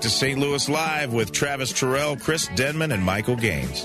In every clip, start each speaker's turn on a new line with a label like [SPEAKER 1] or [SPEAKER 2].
[SPEAKER 1] to St. Louis Live with Travis Terrell, Chris Denman, and Michael Gaines.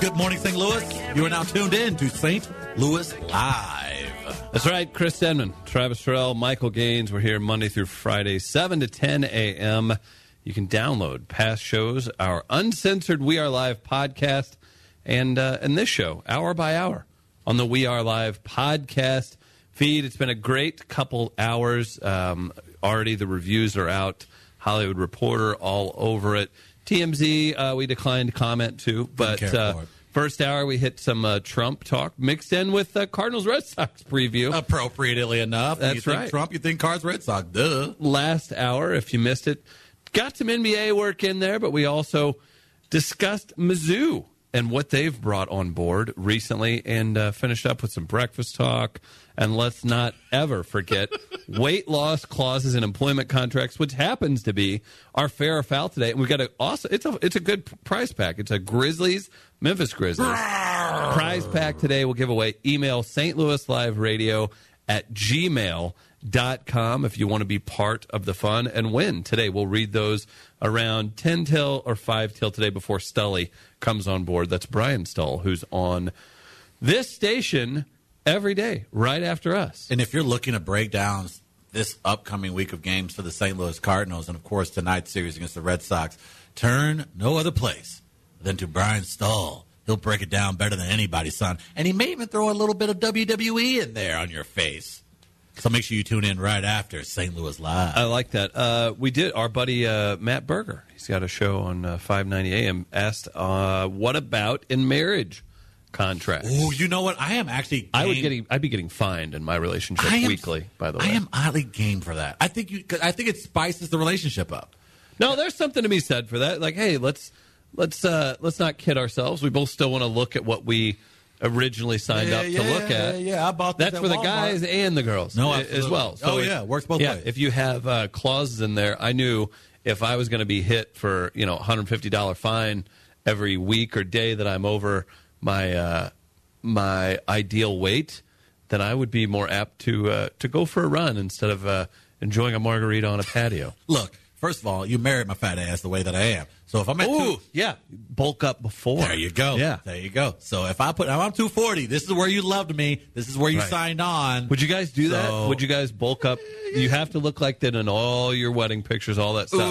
[SPEAKER 2] Good morning, St. Louis. You are now tuned in to St. Louis Live.
[SPEAKER 3] That's right, Chris Denman, Travis Terrell, Michael Gaines. We're here Monday through Friday, 7 to 10 a.m. You can download past shows, our uncensored We Are Live podcast, and, uh, and this show, hour by hour, on the We Are Live podcast feed. It's been a great couple hours. Um, already the reviews are out. Hollywood Reporter all over it. TMZ, uh, we declined comment to, but
[SPEAKER 2] care
[SPEAKER 3] uh,
[SPEAKER 2] for it.
[SPEAKER 3] first hour we hit some uh, Trump talk mixed in with uh, Cardinals Red Sox preview.
[SPEAKER 2] Uh, Appropriately enough, you
[SPEAKER 3] That's
[SPEAKER 2] think
[SPEAKER 3] right.
[SPEAKER 2] Trump, you think Cards Red Sox, duh.
[SPEAKER 3] last hour if you missed it. Got some NBA work in there, but we also discussed Mizzou and what they've brought on board recently and uh, finished up with some breakfast talk. And let's not ever forget weight loss clauses in employment contracts, which happens to be our fair or foul today. And we've got a also it's a it's a good prize pack. It's a Grizzlies, Memphis Grizzlies prize pack today we'll give away email st louis live radio at gmail.com if you want to be part of the fun and win today we'll read those around 10 till or 5 till today before stully comes on board that's brian stull who's on this station every day right after us
[SPEAKER 2] And if you're looking to break down this upcoming week of games for the St. Louis Cardinals and, of course, tonight's series against the Red Sox, turn no other place than to Brian Stahl. He'll break it down better than anybody, son. And he may even throw a little bit of WWE in there on your face. So make sure you tune in right after St. Louis Live.
[SPEAKER 3] I like that. Uh, we did. Our buddy uh, Matt Berger, he's got a show on uh, 590 AM, asked, uh, what about in marriage contracts?
[SPEAKER 2] Oh, you know what? I am actually.
[SPEAKER 3] I would
[SPEAKER 2] game-
[SPEAKER 3] getting I'd be getting fined in my relationship
[SPEAKER 2] I am-
[SPEAKER 3] weekly. By the way,
[SPEAKER 2] I am oddly game for that. I think you. 'cause I think it spices the relationship up.
[SPEAKER 3] no. There's something to be said for that. Like, hey, let's let's uh, let's not kid ourselves. We both still want to look at what we originally signed up to look at.
[SPEAKER 2] Yeah, yeah, I bought
[SPEAKER 3] That's
[SPEAKER 2] that
[SPEAKER 3] for the
[SPEAKER 2] Walmart.
[SPEAKER 3] guys and the girls
[SPEAKER 2] No,
[SPEAKER 3] a- as
[SPEAKER 2] absolutely.
[SPEAKER 3] well.
[SPEAKER 2] Oh,
[SPEAKER 3] it-
[SPEAKER 2] yeah, works both
[SPEAKER 3] yeah,
[SPEAKER 2] ways.
[SPEAKER 3] If you have uh, clauses in there, I knew if I was going to be hit for you know $150 fine every week or day that I'm over my uh, my ideal weight, then I would be more apt to uh, to go for a run instead of uh, enjoying a margarita on a patio.
[SPEAKER 2] Look, first of all, you married my fat ass the way that I am. So if I'm at
[SPEAKER 3] Ooh,
[SPEAKER 2] two,
[SPEAKER 3] yeah, bulk up before.
[SPEAKER 2] there you go.
[SPEAKER 3] Yeah.
[SPEAKER 2] there you go. So if I put, now I'm 240. This is where you loved me. This is where you
[SPEAKER 3] Right.
[SPEAKER 2] signed on.
[SPEAKER 3] Would you guys do that?
[SPEAKER 2] So-
[SPEAKER 3] Would you guys bulk up? You have to look like that in all your wedding pictures, all that stuff.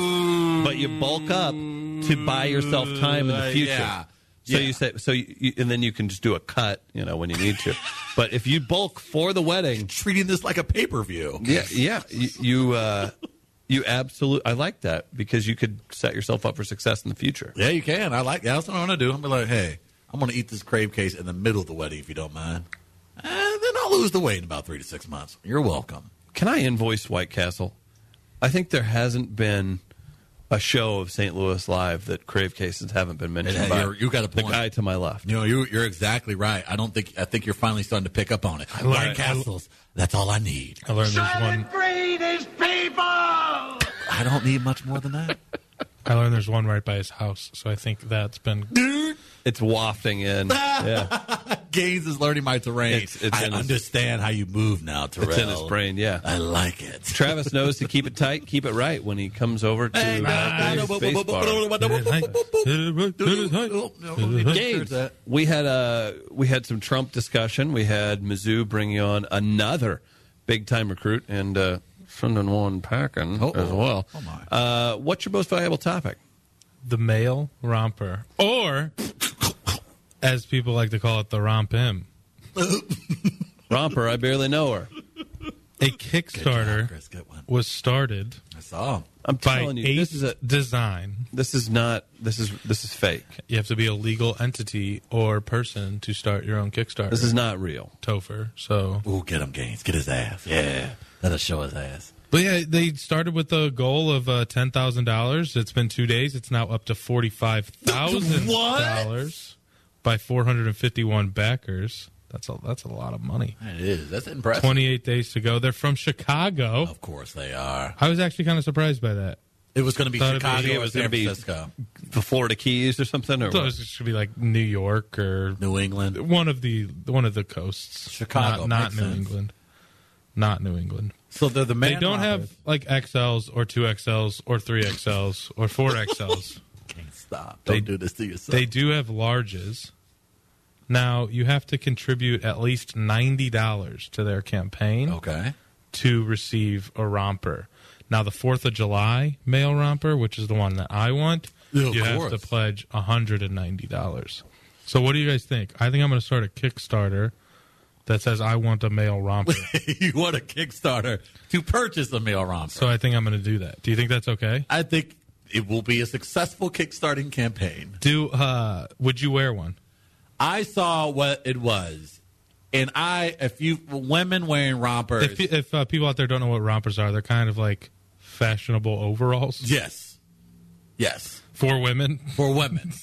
[SPEAKER 3] But you bulk up to buy yourself time in
[SPEAKER 2] Uh,
[SPEAKER 3] the future.
[SPEAKER 2] yeah.
[SPEAKER 3] So
[SPEAKER 2] Yeah.
[SPEAKER 3] you say so, you, you- and then you can just do a cut, you know, when you need to. but if you bulk for the wedding,
[SPEAKER 2] treating this like a pay per view?
[SPEAKER 3] yeah, yeah, you you, uh, you absolutely. I like that because you could set yourself up for success in the future.
[SPEAKER 2] Yeah, you can. I like that. That's what I'm gonna do. I'm gonna be like, hey, I'm gonna eat this crave case in the middle of the wedding if you don't mind. And then I'll lose the weight in about three to six months. You're welcome.
[SPEAKER 3] Can I invoice White Castle? I think there hasn't been a show of St. Louis Live that crave cases haven't been mentioned
[SPEAKER 2] Yeah,
[SPEAKER 3] by
[SPEAKER 2] you're- you got a
[SPEAKER 3] the
[SPEAKER 2] point.
[SPEAKER 3] guy to my left.
[SPEAKER 2] You know, you, you're exactly right. I don't think I think you're finally starting to pick up on it. Brian Castles, that's all I need.
[SPEAKER 4] I learned there's one.
[SPEAKER 2] I don't need much more than that.
[SPEAKER 4] I learned there's one right by his house, so I think that's been.
[SPEAKER 3] It's wafting in. yeah,
[SPEAKER 2] Gaines is learning my terrain.
[SPEAKER 3] It's- it's
[SPEAKER 2] I
[SPEAKER 3] in his-
[SPEAKER 2] understand how you move now, Terrell.
[SPEAKER 3] it's in his brain. Yeah.
[SPEAKER 2] I like it.
[SPEAKER 3] Travis knows to keep it tight, keep it right when he comes over to
[SPEAKER 2] Hey,
[SPEAKER 3] the
[SPEAKER 2] no, no,
[SPEAKER 3] space
[SPEAKER 2] no,
[SPEAKER 3] bar.
[SPEAKER 2] no, no, no, no, no, no, Oh, no, no,
[SPEAKER 3] Gaines,
[SPEAKER 2] no, no, no.
[SPEAKER 3] we had uh, we had some Trump discussion. We had Mizzou bringing on another big time recruit and uh, sending one packing
[SPEAKER 2] Uh-oh.
[SPEAKER 3] as well.
[SPEAKER 2] Oh, my.
[SPEAKER 3] Uh, what's your most valuable topic?
[SPEAKER 4] the male romper, or as people like to call it, the romp him.
[SPEAKER 3] Romper, I barely know her.
[SPEAKER 4] A
[SPEAKER 2] Good job,
[SPEAKER 4] Kickstarter
[SPEAKER 2] Chris. Good one.
[SPEAKER 4] was started
[SPEAKER 2] I saw him.
[SPEAKER 3] I'm
[SPEAKER 4] by
[SPEAKER 3] telling you,
[SPEAKER 4] Ace
[SPEAKER 3] this is a
[SPEAKER 4] Design.
[SPEAKER 3] this is not this is this is fake.
[SPEAKER 4] You have to be a legal entity or person to start your own Kickstarter.
[SPEAKER 3] This is not real.
[SPEAKER 4] Topher. So,
[SPEAKER 2] Ooh, get him, Gaines. Get his ass. Yeah. That'll show his ass.
[SPEAKER 4] but yeah, they started with a goal of uh, ten thousand dollars. It's been two days. It's now up to forty five thousand dollars by four hundred and fifty one backers. That's a that's a lot of money.
[SPEAKER 2] That is. That's impressive.
[SPEAKER 4] 28 days to go. They're from Chicago.
[SPEAKER 2] Of course they are.
[SPEAKER 4] I was actually kind of surprised by that.
[SPEAKER 2] It was going to be
[SPEAKER 4] Thought it'd be-
[SPEAKER 2] Chicago.
[SPEAKER 3] it
[SPEAKER 2] It
[SPEAKER 3] was
[SPEAKER 2] was
[SPEAKER 3] gonna
[SPEAKER 2] San
[SPEAKER 3] be-
[SPEAKER 2] Francisco.
[SPEAKER 3] The Florida Keys or something, or
[SPEAKER 4] I thought it
[SPEAKER 3] what?
[SPEAKER 4] was should be like New York or
[SPEAKER 2] New England.
[SPEAKER 4] one of the one of the coasts.
[SPEAKER 2] Chicago,
[SPEAKER 4] not, not
[SPEAKER 2] makes
[SPEAKER 4] New
[SPEAKER 2] sense.
[SPEAKER 4] England. not New England.
[SPEAKER 2] So they're the man.
[SPEAKER 4] They don't have
[SPEAKER 2] Robert.
[SPEAKER 4] like XLs or two XLs or three XLs or four XLs.
[SPEAKER 2] Can't stop.
[SPEAKER 4] They-
[SPEAKER 2] don't do this to yourself.
[SPEAKER 4] They do have larges. Now you have to contribute at least ninety dollars to their campaign
[SPEAKER 2] Okay.
[SPEAKER 4] to receive a romper. Now the Fourth of July mail romper, which is the one that I want,
[SPEAKER 2] Yeah, of
[SPEAKER 4] you
[SPEAKER 2] course.
[SPEAKER 4] have to pledge hundred and ninety dollars. So what do you guys think? I think I'm going to start a Kickstarter that says I want a mail romper.
[SPEAKER 2] you want a Kickstarter to purchase a mail romper.
[SPEAKER 4] so I think I'm going to do that. Do you think that's okay?
[SPEAKER 2] I think it will be a successful kickstarting campaign.
[SPEAKER 4] Do uh, would you wear one?
[SPEAKER 2] I saw what it was, and I if you women wearing rompers,
[SPEAKER 4] If, if uh, people out there don't know what rompers are, they're kind of like fashionable overalls
[SPEAKER 2] yes, yes,
[SPEAKER 4] for women.
[SPEAKER 2] for women,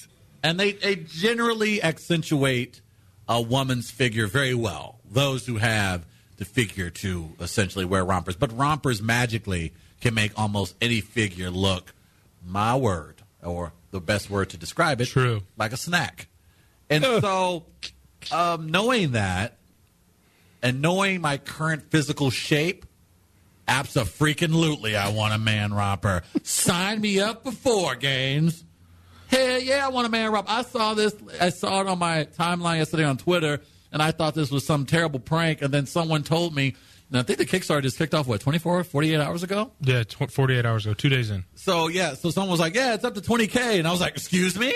[SPEAKER 2] and they they generally accentuate a woman's figure very well. Those who have the figure to essentially wear rompers, but rompers magically can make almost any figure look. My word, or the best word to describe it,
[SPEAKER 4] True.
[SPEAKER 2] like a snack. And so, um, knowing that, and knowing my current physical shape, absolutely, I want a man romper. Sign me up before games. Hell yeah, I want a man romper. I saw this. I saw it on my timeline yesterday on Twitter, and I thought this was some terrible prank. And then someone told me, and I think the Kickstarter just kicked off what 24, 48 hours ago.
[SPEAKER 4] Yeah, tw- 48 hours ago, two days in.
[SPEAKER 2] So yeah, so someone was like, yeah, it's up to 20k, and I was like, excuse me.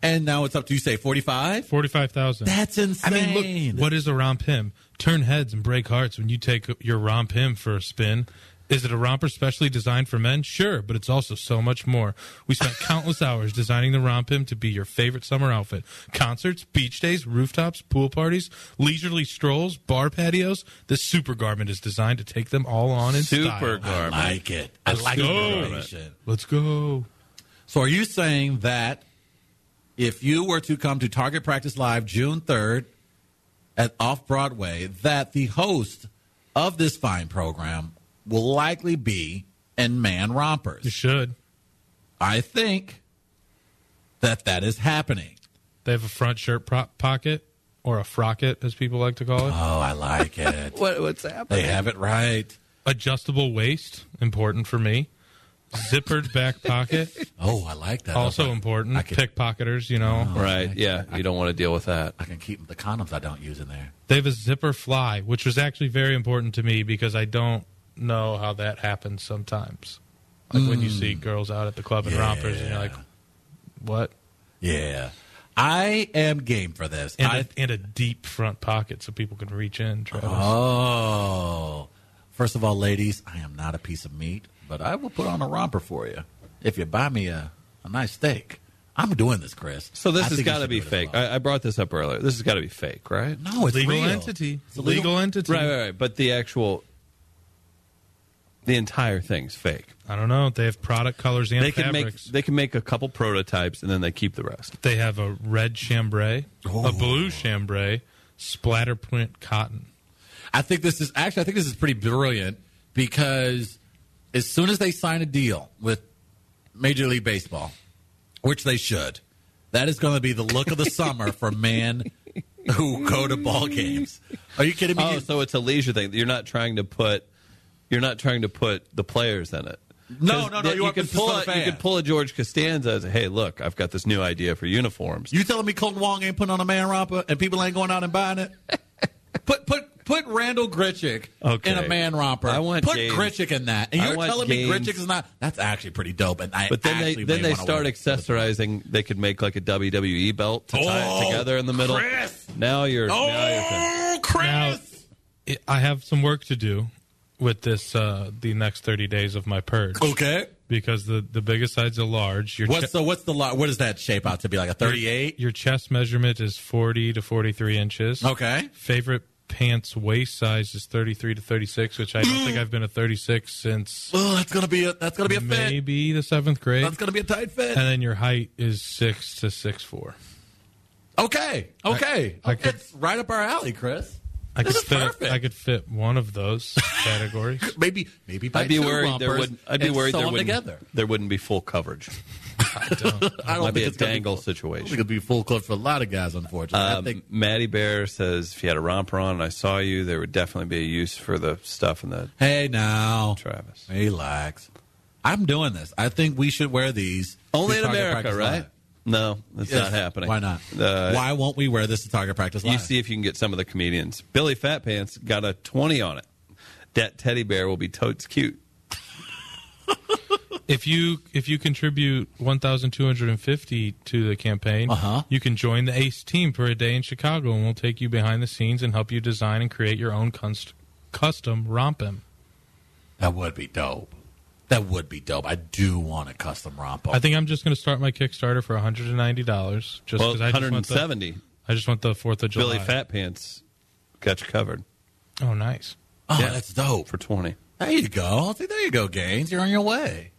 [SPEAKER 2] And now it's up to you say 45.
[SPEAKER 4] 45,000.
[SPEAKER 2] That's insane.
[SPEAKER 4] I mean, look, what is a romp him? Turn heads and break hearts when you take your romp him for a spin. Is it a romper specially designed for men? Sure, but it's also so much more. We spent countless hours designing the romp him to be your favorite summer outfit. Concerts, beach days, rooftops, pool parties, leisurely strolls, bar patios. This super garment is designed to take them all on in
[SPEAKER 3] Super
[SPEAKER 4] style.
[SPEAKER 2] I
[SPEAKER 3] garment.
[SPEAKER 2] like it. I like
[SPEAKER 4] go.
[SPEAKER 2] it.
[SPEAKER 4] Let's go.
[SPEAKER 2] So are you saying that if you were to come to Target Practice Live June 3rd at Off Broadway, that the host of this fine program will likely be in man
[SPEAKER 4] You
[SPEAKER 2] rompers?
[SPEAKER 4] should.
[SPEAKER 2] I think that that is happening.
[SPEAKER 4] They have a front shirt pro- pocket or a frocket, as people like to call it.
[SPEAKER 2] Oh, I like it.
[SPEAKER 3] What, what's
[SPEAKER 2] they
[SPEAKER 3] happening?
[SPEAKER 2] have it right.
[SPEAKER 4] adjustable waist, important for me. Zippered back pocket,
[SPEAKER 2] Oh, I like that.
[SPEAKER 4] also
[SPEAKER 2] I
[SPEAKER 4] important.
[SPEAKER 2] I can,
[SPEAKER 4] Pickpocketers, you know.
[SPEAKER 3] Right. Yeah. You don't want to deal with that.
[SPEAKER 2] I can keep the condoms I don't use in there.
[SPEAKER 4] They have a zipper fly, which was actually very important to me because I don't know how that happens sometimes. Like when you
[SPEAKER 3] Mm.
[SPEAKER 4] see girls out at the club in rompers and you're like, what?
[SPEAKER 2] Yeah. I am game for this.
[SPEAKER 4] And,
[SPEAKER 2] I
[SPEAKER 4] a and a deep front pocket so people can reach in, Travis.
[SPEAKER 2] Oh. First of all, ladies, I am not a piece of meat, but I will put on a romper for you if you buy me a, a nice steak. I'm doing this, Chris.
[SPEAKER 3] So this
[SPEAKER 2] I
[SPEAKER 3] has
[SPEAKER 2] think you
[SPEAKER 3] got to
[SPEAKER 2] should
[SPEAKER 3] be
[SPEAKER 2] do it as
[SPEAKER 3] fake.
[SPEAKER 2] well.
[SPEAKER 3] I, I brought this up earlier. This has got to be fake, right?
[SPEAKER 2] no, it's
[SPEAKER 4] legal
[SPEAKER 2] real.
[SPEAKER 4] entity.
[SPEAKER 2] It's a
[SPEAKER 4] Legal, entity.
[SPEAKER 3] Right, right, right. But the actual, the entire thing's fake.
[SPEAKER 4] I don't know. They have product colors and
[SPEAKER 3] They can make
[SPEAKER 4] fabrics.
[SPEAKER 3] they can make a couple prototypes and then they keep the rest.
[SPEAKER 4] They have a red chambray,
[SPEAKER 2] Ooh.
[SPEAKER 4] a blue chambray, splatter print cotton.
[SPEAKER 2] I think this is actually. I think this is pretty brilliant because as soon as they sign a deal with Major League Baseball, which they should, that is going to be the look of the summer for men who go to ball games. Are you kidding me?
[SPEAKER 3] Oh,
[SPEAKER 2] You-
[SPEAKER 3] so it's a leisure thing. You're not trying to put you're not trying to put the players in it.
[SPEAKER 2] No, no,
[SPEAKER 3] 'Cause
[SPEAKER 2] no,
[SPEAKER 3] th-
[SPEAKER 2] you
[SPEAKER 3] You,
[SPEAKER 2] want
[SPEAKER 3] could
[SPEAKER 2] this is
[SPEAKER 3] pull
[SPEAKER 2] for the
[SPEAKER 3] a, you
[SPEAKER 2] fan.
[SPEAKER 3] could pull a George Costanza and say, "Hey, look, I've got this new idea for uniforms."
[SPEAKER 2] You telling me Colton Wong ain't putting on a man romper and people ain't going out and buying it? put put put Randall Gritchick
[SPEAKER 3] Okay.
[SPEAKER 2] in a man romper.
[SPEAKER 3] I want
[SPEAKER 2] put
[SPEAKER 3] games.
[SPEAKER 2] Gritchick in that. And
[SPEAKER 3] I
[SPEAKER 2] you're
[SPEAKER 3] want
[SPEAKER 2] telling me
[SPEAKER 3] games.
[SPEAKER 2] Gritchick is not. That's actually pretty dope. And I
[SPEAKER 3] But then they
[SPEAKER 2] actually
[SPEAKER 3] then
[SPEAKER 2] may
[SPEAKER 3] they
[SPEAKER 2] wanna
[SPEAKER 3] start
[SPEAKER 2] wear it.
[SPEAKER 3] accessorizing. They could make like a WWE belt to tie
[SPEAKER 2] Oh,
[SPEAKER 3] it together in the middle.
[SPEAKER 2] Chris!
[SPEAKER 3] Now you're now you're finished.
[SPEAKER 2] Oh, Chris!
[SPEAKER 4] Now, it, I have some work to do with this uh, the next 30 days of my purge
[SPEAKER 2] okay.
[SPEAKER 4] because the, the biggest size are large. Your,
[SPEAKER 2] Oh. What's
[SPEAKER 4] che-
[SPEAKER 2] the what's the lot? What does that shape out to be? Like a thirty-eight?
[SPEAKER 4] your chest measurement is 40 to 43 inches.
[SPEAKER 2] Okay.
[SPEAKER 4] Favorite pants waist size is 33 to 36, which I don't think I've been a 36 since
[SPEAKER 2] Oh, that's gonna be a that's gonna be a fit.
[SPEAKER 4] maybe the seventh grade.
[SPEAKER 2] That's gonna be a tight fit.
[SPEAKER 4] and then your height is 6 to 6'4.
[SPEAKER 2] Okay, okay.
[SPEAKER 4] I could-
[SPEAKER 2] it's right up our alley, Chris.
[SPEAKER 4] I could
[SPEAKER 2] This is
[SPEAKER 4] fit.
[SPEAKER 2] perfect.
[SPEAKER 4] I could fit one of those categories.
[SPEAKER 2] Maybe maybe buy
[SPEAKER 3] I'd be
[SPEAKER 2] two
[SPEAKER 3] worried there
[SPEAKER 2] rompers
[SPEAKER 3] would I'd be
[SPEAKER 2] and
[SPEAKER 3] worried
[SPEAKER 2] sew
[SPEAKER 3] there
[SPEAKER 2] them
[SPEAKER 3] wouldn't
[SPEAKER 2] together.
[SPEAKER 3] there wouldn't be full coverage.
[SPEAKER 2] I don't
[SPEAKER 3] Might be a
[SPEAKER 2] gonna
[SPEAKER 3] dangle
[SPEAKER 2] full- I
[SPEAKER 3] situation. Um,
[SPEAKER 2] don't think it'll be full court for a lot of guys, unfortunately. I think
[SPEAKER 3] Maddie Bear says if you had a romper on and I saw you, there would definitely be a use for the stuff in the
[SPEAKER 2] Hey now,
[SPEAKER 3] Travis.
[SPEAKER 2] relax. I'm doing this. I think we should wear these
[SPEAKER 3] Only
[SPEAKER 2] to
[SPEAKER 3] in
[SPEAKER 2] Target
[SPEAKER 3] America,
[SPEAKER 2] Practice
[SPEAKER 3] right?
[SPEAKER 2] Live.
[SPEAKER 3] No, that's
[SPEAKER 2] Yes.
[SPEAKER 3] not happening.
[SPEAKER 2] Why not?
[SPEAKER 3] Uh,
[SPEAKER 2] Why won't we wear this to Target practice?
[SPEAKER 3] You
[SPEAKER 2] Live?
[SPEAKER 3] see if you can get some of the comedians. Billy Fat Pants got a 20 on it. That teddy bear will be totes cute.
[SPEAKER 4] If you if you contribute one thousand two hundred and fifty to the campaign,
[SPEAKER 2] Uh-huh.
[SPEAKER 4] you can join the ACE team for a day in Chicago, and we'll take you behind the scenes and help you design and create your own cust- custom rompem.
[SPEAKER 2] that would be dope. That would be dope. I do want a custom rompo.
[SPEAKER 4] I think I'm just going to start my Kickstarter for one hundred and ninety dollars. Just
[SPEAKER 3] Well,
[SPEAKER 4] because I just want the
[SPEAKER 3] 170.
[SPEAKER 4] I just want the Fourth of July.
[SPEAKER 3] Billy Fat Pants got you covered
[SPEAKER 4] Oh, nice.
[SPEAKER 2] oh,
[SPEAKER 3] yeah.
[SPEAKER 2] that's dope.
[SPEAKER 3] for 20.
[SPEAKER 2] There you go. See, there you go, Gaines. You're on your way.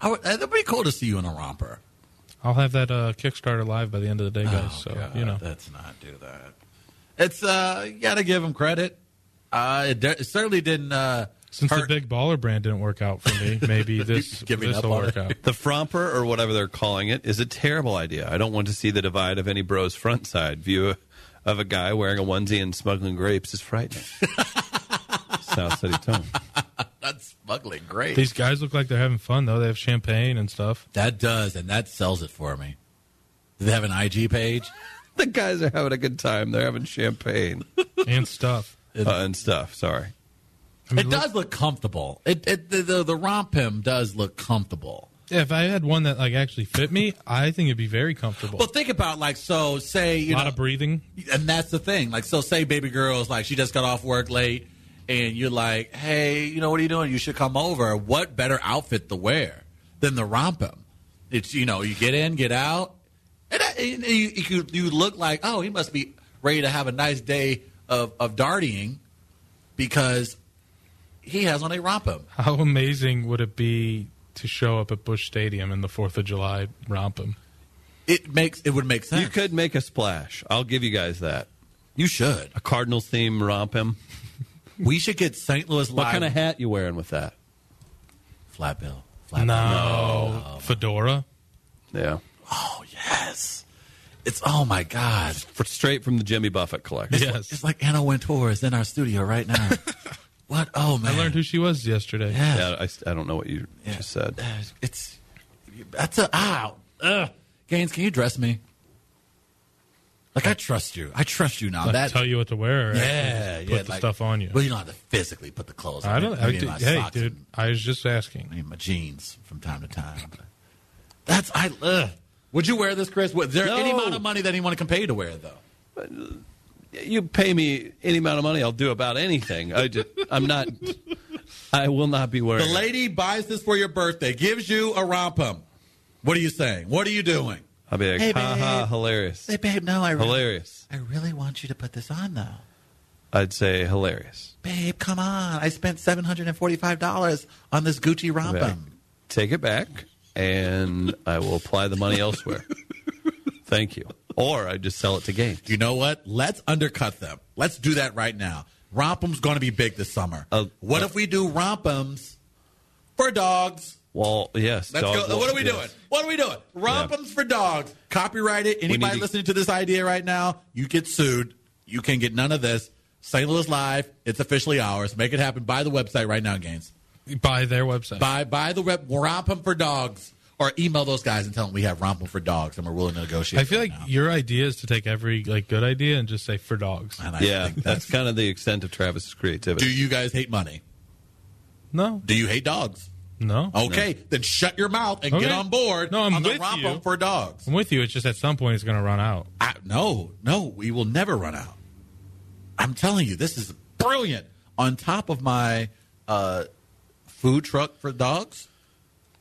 [SPEAKER 2] I would, that'd be cool to see you in a romper.
[SPEAKER 4] I'll have that uh, Kickstarter live by the end of the day, guys.
[SPEAKER 2] Oh,
[SPEAKER 4] so
[SPEAKER 2] God,
[SPEAKER 4] you know,
[SPEAKER 2] let's not do that. It's uh, you gotta give him credit. Uh, it, de- it certainly didn't. Uh,
[SPEAKER 4] since
[SPEAKER 2] hurt.
[SPEAKER 4] the big baller brand didn't work out for me, maybe this
[SPEAKER 2] Giving
[SPEAKER 4] this
[SPEAKER 2] up
[SPEAKER 4] will
[SPEAKER 2] on
[SPEAKER 4] work
[SPEAKER 2] it.
[SPEAKER 4] out.
[SPEAKER 3] The fromper, or whatever they're calling it, is a terrible idea. I don't want to see the divide of any bro's front side view of a guy wearing a onesie and smuggling grapes is frightening. South City Tone.
[SPEAKER 2] that's smuggling great.
[SPEAKER 4] These guys look like they're having fun though. They have champagne and stuff.
[SPEAKER 2] That does, and that sells it for me. Do they have an IG page?
[SPEAKER 3] The guys are having a good time. They're having champagne
[SPEAKER 4] and stuff.
[SPEAKER 3] uh, and stuff. Sorry.
[SPEAKER 4] I mean,
[SPEAKER 2] It
[SPEAKER 4] look-
[SPEAKER 2] does look comfortable. It, it the, the the romp him does look comfortable.
[SPEAKER 4] If I had one that like actually fit me, I think it'd be very comfortable.
[SPEAKER 2] Well, think about like so. Say
[SPEAKER 4] a
[SPEAKER 2] you
[SPEAKER 4] lot
[SPEAKER 2] know,
[SPEAKER 4] of breathing.
[SPEAKER 2] and that's the thing. Like so, say baby girl's like she just got off work late, and you're like, hey, you know what are you doing? You should come over. What better outfit to wear than the romp him? It's you know you get in, get out, and, that- and you, you you look like oh he must be ready to have a nice day of of dartying because he has on a romp him.
[SPEAKER 4] How amazing would it be to show up at Bush Stadium in the Fourth of July rompum?
[SPEAKER 2] It makes it would make sense.
[SPEAKER 3] You could make a splash. I'll give you guys that.
[SPEAKER 2] You should.
[SPEAKER 3] A Cardinals theme romp him.
[SPEAKER 2] We should get St. Louis
[SPEAKER 3] What
[SPEAKER 2] live.
[SPEAKER 3] kind of hat you wearing with that?
[SPEAKER 2] flat bill?
[SPEAKER 4] No,
[SPEAKER 2] Flat
[SPEAKER 4] fedora.
[SPEAKER 3] Yeah.
[SPEAKER 2] Oh yes, it's oh my god.
[SPEAKER 3] For, straight from the Jimmy Buffett collection.
[SPEAKER 4] Yes,
[SPEAKER 2] It's like Anna Wintour is in our studio right now. what? Oh man,
[SPEAKER 4] I learned who she was yesterday.
[SPEAKER 2] Yeah.
[SPEAKER 3] Yeah, I, I don't know what you just said.
[SPEAKER 2] It's that's a ow. Ugh. Gaines, can you dress me? Like I trust you. I trust you now.
[SPEAKER 4] Like,
[SPEAKER 2] That
[SPEAKER 4] tell you what to wear. Or
[SPEAKER 2] yeah,
[SPEAKER 4] actually just
[SPEAKER 2] yeah,
[SPEAKER 4] put the
[SPEAKER 2] like-
[SPEAKER 4] stuff on you.
[SPEAKER 2] Well, you don't have to physically put the clothes. on.
[SPEAKER 4] I don't. I,
[SPEAKER 2] Maybe
[SPEAKER 4] did-
[SPEAKER 2] my
[SPEAKER 4] hey,
[SPEAKER 2] socks
[SPEAKER 4] dude,
[SPEAKER 2] and-
[SPEAKER 4] I was just asking.
[SPEAKER 2] I mean, my jeans from time to time. but That's I. Ugh. Would you wear this, Chris? Would- Is there any
[SPEAKER 3] No.
[SPEAKER 2] amount of money that anyone can pay to wear it, though?
[SPEAKER 3] You pay me any amount of money, I'll do about anything. I just, I'm not. I will not be wearing.
[SPEAKER 2] The
[SPEAKER 3] it.
[SPEAKER 2] lady buys this for your birthday, gives you a rompum. What are you saying? What are you doing?
[SPEAKER 3] I'll be like,
[SPEAKER 2] Hey,
[SPEAKER 3] ha ha,
[SPEAKER 2] babe.
[SPEAKER 3] hilarious,
[SPEAKER 2] Say, babe, no, I really,
[SPEAKER 3] hilarious.
[SPEAKER 2] I really want you to put this on, though.
[SPEAKER 3] I'd say hilarious.
[SPEAKER 2] Babe, come on. I spent $745 on this Gucci
[SPEAKER 3] I'll be like,
[SPEAKER 2] rompum.
[SPEAKER 3] Take it back, and I will apply the money elsewhere. Thank you. Or I just sell it to Gaines.
[SPEAKER 2] You know what? Let's undercut them. Let's do that right now. Rompum's going to be big this summer.
[SPEAKER 3] Uh,
[SPEAKER 2] what if we do rompums for dogs?
[SPEAKER 3] Well, yes.
[SPEAKER 2] Let's
[SPEAKER 3] dog
[SPEAKER 2] go.
[SPEAKER 3] will-
[SPEAKER 2] What are we
[SPEAKER 3] yes.
[SPEAKER 2] doing? What are we doing? Rompums for dogs. Copyrighted. Anybody
[SPEAKER 3] need to-
[SPEAKER 2] listening to this idea right now, you get sued. You can get none of this. St. Louis Live. It's officially ours. Make it happen. Buy the website right now, Gaines.
[SPEAKER 4] Buy their website.
[SPEAKER 2] Buy buy the rep Rompum for dogs, or email those guys and tell them we have Rompum for dogs and we're willing to negotiate.
[SPEAKER 4] I feel
[SPEAKER 2] right
[SPEAKER 4] like
[SPEAKER 2] now.
[SPEAKER 4] your idea is to take every like good idea and just say for dogs.
[SPEAKER 2] And I
[SPEAKER 3] Yeah,
[SPEAKER 2] think
[SPEAKER 3] that's kind of the extent of Travis's creativity.
[SPEAKER 2] Do you guys hate money?
[SPEAKER 4] No,
[SPEAKER 2] Do you hate dogs?
[SPEAKER 4] no.
[SPEAKER 2] Okay, then shut your mouth and
[SPEAKER 4] Okay.
[SPEAKER 2] get on board
[SPEAKER 4] No, I'm
[SPEAKER 2] on the
[SPEAKER 4] with
[SPEAKER 2] Rompum
[SPEAKER 4] you.
[SPEAKER 2] for dogs.
[SPEAKER 4] I'm with you. It's just at some point it's going to run out.
[SPEAKER 2] I, no, no, we will never run out. I'm telling you, this is brilliant. On top of my uh, food truck for dogs,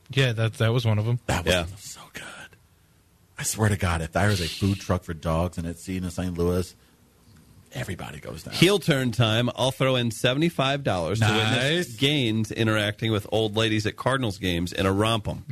[SPEAKER 4] Yeah, that that was one of them.
[SPEAKER 2] that was
[SPEAKER 3] Yeah.
[SPEAKER 2] so good. I swear to God, if there is a food truck for dogs and it's seen in St. Louis, everybody goes down.
[SPEAKER 3] Heel turn time. I'll throw in seventy-five dollars to
[SPEAKER 2] Nice.
[SPEAKER 3] witness Gaines interacting with old ladies at Cardinals games in a rompum.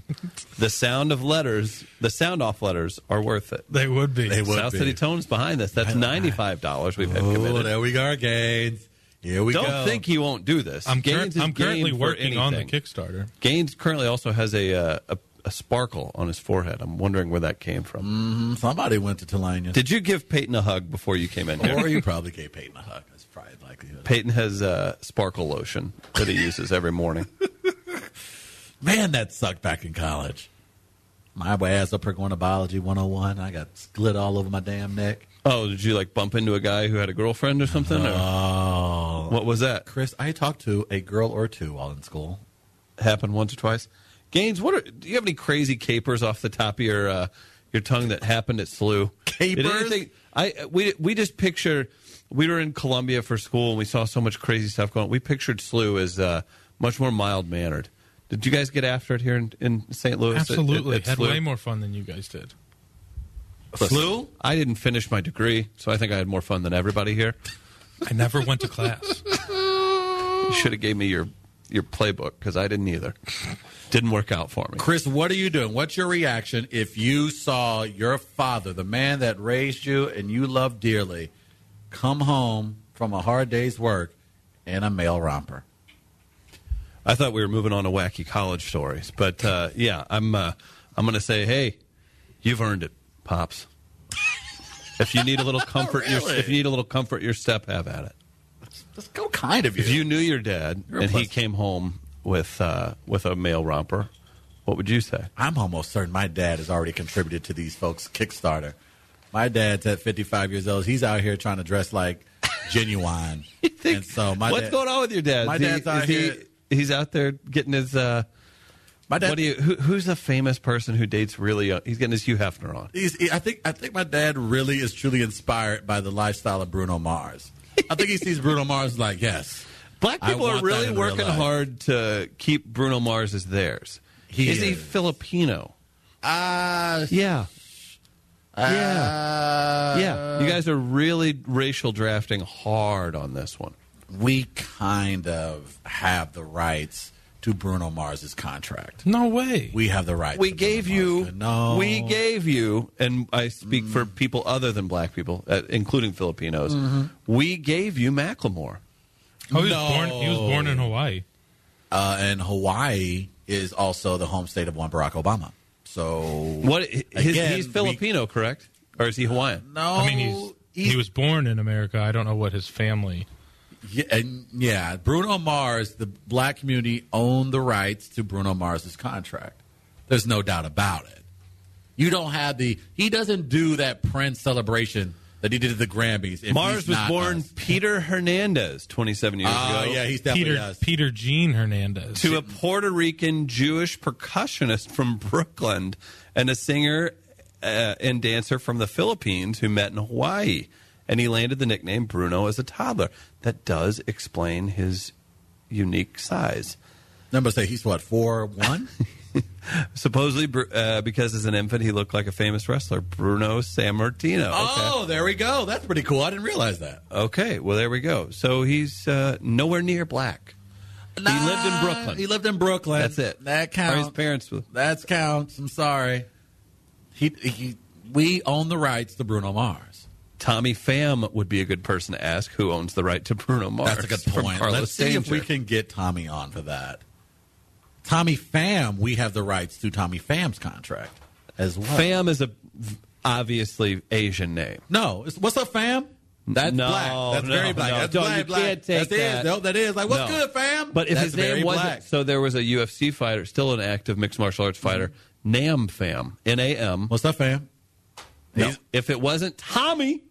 [SPEAKER 3] the sound of letters, the sound off letters, are worth it.
[SPEAKER 4] They would be.
[SPEAKER 2] They would
[SPEAKER 3] South
[SPEAKER 2] be.
[SPEAKER 3] City Tone's behind this. That's ninety-five dollars we've had
[SPEAKER 2] Oh,
[SPEAKER 3] committed.
[SPEAKER 2] there we go, Gaines. Here we
[SPEAKER 3] Don't
[SPEAKER 2] go.
[SPEAKER 3] think he won't do this.
[SPEAKER 4] I'm, cur-
[SPEAKER 3] Gaines is
[SPEAKER 4] I'm currently
[SPEAKER 3] game for
[SPEAKER 4] working on the
[SPEAKER 3] anything.
[SPEAKER 4] Kickstarter.
[SPEAKER 3] Gaines currently also has a, uh, a a sparkle on his forehead. I'm wondering where that came from.
[SPEAKER 2] Mm. Somebody went to Tulane.
[SPEAKER 3] Did you give Peyton a hug before you came in here?
[SPEAKER 2] or you probably gave Peyton a hug. That's probably likelihood.
[SPEAKER 3] Peyton has uh, sparkle lotion that he uses every morning.
[SPEAKER 2] Man, that sucked back in college. My ass up for going to biology 101. I got split all over my damn neck.
[SPEAKER 3] Oh, did you like bump into a guy who had a girlfriend or something? or-
[SPEAKER 2] Oh.
[SPEAKER 3] what was that?
[SPEAKER 2] Chris, I talked to a girl or two while in school.
[SPEAKER 3] Happened once or twice. Gaines, what are, do you have any crazy capers off the top of your uh, your tongue that happened at SLU?
[SPEAKER 2] Capers?
[SPEAKER 3] Did anything- I we we just picture we were in Columbia for school and we saw so much crazy stuff going. on. We pictured SLU as uh, much more mild mannered. Did you guys get after it here in, in St. Louis? at- at-
[SPEAKER 4] Absolutely.
[SPEAKER 3] at
[SPEAKER 4] Had
[SPEAKER 3] SLU?
[SPEAKER 4] way more fun than you guys did.
[SPEAKER 3] SLU? I didn't finish my degree, so I think I had more fun than everybody here.
[SPEAKER 4] I never went to class.
[SPEAKER 2] Oh.
[SPEAKER 3] You should have gave me your your playbook because I didn't either. Didn't work out for me.
[SPEAKER 2] Chris, what are you doing? What's your reaction if you saw your father, the man that raised you and you love dearly, come home from a hard day's work in a male romper?
[SPEAKER 3] I thought we were moving on to wacky college stories, but uh, yeah, I'm uh, I'm going to say, hey, you've earned it, pops. If you need a
[SPEAKER 2] Oh,
[SPEAKER 3] little comfort, your, if you need a little comfort, your step have at it.
[SPEAKER 2] That's so kind of you.
[SPEAKER 3] If you knew your dad
[SPEAKER 2] You're a
[SPEAKER 3] and he
[SPEAKER 2] pleasant-
[SPEAKER 3] came home with uh, with a male romper, what would you say?
[SPEAKER 2] I'm almost certain my dad has already contributed to these folks' Kickstarter. My dad's at 55 years old. He's out here trying to dress like genuine. and so my
[SPEAKER 3] What's
[SPEAKER 2] dad,
[SPEAKER 3] going on with your dad?
[SPEAKER 2] My
[SPEAKER 3] Is he-
[SPEAKER 2] dad's out
[SPEAKER 3] is he-
[SPEAKER 2] here.
[SPEAKER 3] He's out there getting his. Uh,
[SPEAKER 2] My dad,
[SPEAKER 3] what do you? Who, who's the famous person who dates really young? He's getting his Hugh Hefner on.
[SPEAKER 2] He's, he- I think I think my dad really is truly inspired by the lifestyle of Bruno Mars. I think he sees Bruno Mars like yes.
[SPEAKER 3] Black
[SPEAKER 2] I
[SPEAKER 3] people are
[SPEAKER 2] want that
[SPEAKER 3] really
[SPEAKER 2] in real
[SPEAKER 3] working
[SPEAKER 2] life.
[SPEAKER 3] hard to keep Bruno Mars as theirs.
[SPEAKER 2] He
[SPEAKER 3] is he
[SPEAKER 2] is.
[SPEAKER 3] Filipino?
[SPEAKER 2] Ah,
[SPEAKER 3] Yeah. Uh,
[SPEAKER 2] yeah,
[SPEAKER 3] yeah. You guys are really racial drafting hard on this one.
[SPEAKER 2] We kind of have the rights to Bruno Mars's contract.
[SPEAKER 4] No way.
[SPEAKER 2] We have the rights.
[SPEAKER 3] We
[SPEAKER 2] to Bruno
[SPEAKER 3] gave you
[SPEAKER 2] Mars. no.
[SPEAKER 3] we gave you and I speak for people other than black people, uh, including Filipinos. We gave you Macklemore.
[SPEAKER 4] Oh, he was
[SPEAKER 2] No.
[SPEAKER 4] born. He was born in Hawaii.
[SPEAKER 2] uh, and Hawaii is also the home state of one Barack Obama. So
[SPEAKER 3] What his,
[SPEAKER 2] Again,
[SPEAKER 3] he's
[SPEAKER 2] we-
[SPEAKER 3] Filipino, correct? Or is he Hawaiian?
[SPEAKER 2] No,
[SPEAKER 4] I mean,
[SPEAKER 2] Oh,
[SPEAKER 4] he's, he was born in America. I don't know what his family.
[SPEAKER 2] Yeah, and yeah, Bruno Mars, the black community owned the rights to Bruno Mars's contract. There's no doubt about it. You don't have the. He doesn't do that Prince celebration that he did at the Grammys. if
[SPEAKER 3] Mars
[SPEAKER 2] he's
[SPEAKER 3] was
[SPEAKER 2] not
[SPEAKER 3] born
[SPEAKER 2] us.
[SPEAKER 3] Peter Hernandez 27 years
[SPEAKER 2] Oh
[SPEAKER 3] ago.
[SPEAKER 2] yeah, he's definitely
[SPEAKER 4] Peter
[SPEAKER 2] us.
[SPEAKER 4] Peter Jean Hernandez.
[SPEAKER 3] to a Puerto Rican Jewish percussionist from Brooklyn and a singer uh, and dancer from the Philippines who met in Hawaii. And he landed the nickname Bruno as a toddler. That does explain his unique size.
[SPEAKER 2] Number say he's what four one.
[SPEAKER 3] Supposedly, Bru- uh, because as an infant, he looked like a famous wrestler, Bruno San Martino.
[SPEAKER 2] Oh, there we go. That's pretty cool. I didn't realize that.
[SPEAKER 3] Okay, well, there we go. So he's uh, nowhere near black. he lived in
[SPEAKER 2] Nah,
[SPEAKER 3] Brooklyn.
[SPEAKER 2] He lived in Brooklyn.
[SPEAKER 3] That's it.
[SPEAKER 2] That
[SPEAKER 3] Or
[SPEAKER 2] counts.
[SPEAKER 3] his parents. were-
[SPEAKER 2] That counts. I'm sorry. He, he we own the rights to Bruno Mars.
[SPEAKER 3] Tommy Pham would be a good person to ask who owns the right to Bruno Mars.
[SPEAKER 2] That's a good
[SPEAKER 3] from
[SPEAKER 2] point.
[SPEAKER 3] Carlos
[SPEAKER 2] Let's see if
[SPEAKER 3] Danger.
[SPEAKER 2] we can get Tommy on for that. Tommy Pham, we have the rights to Tommy Pham's contract as well.
[SPEAKER 3] Pham is a obviously Asian name.
[SPEAKER 2] No, it's, what's up, Pham? That's
[SPEAKER 3] No,
[SPEAKER 2] black. That's
[SPEAKER 3] no,
[SPEAKER 2] very black.
[SPEAKER 3] no.
[SPEAKER 2] That's
[SPEAKER 3] Don't-
[SPEAKER 2] black,
[SPEAKER 3] you
[SPEAKER 2] black.
[SPEAKER 3] can't take
[SPEAKER 2] That's it.
[SPEAKER 3] that.
[SPEAKER 2] No, that is like what's
[SPEAKER 3] No.
[SPEAKER 2] good, Fam?
[SPEAKER 3] But if
[SPEAKER 2] That's
[SPEAKER 3] his name
[SPEAKER 2] very
[SPEAKER 3] wasn't,
[SPEAKER 2] black.
[SPEAKER 3] so there was a UFC fighter, still an active mixed martial arts fighter,
[SPEAKER 2] Mm-hmm.
[SPEAKER 3] Nam Pham, N A M.
[SPEAKER 2] what's up, Pham?
[SPEAKER 3] No. If it wasn't Tommy,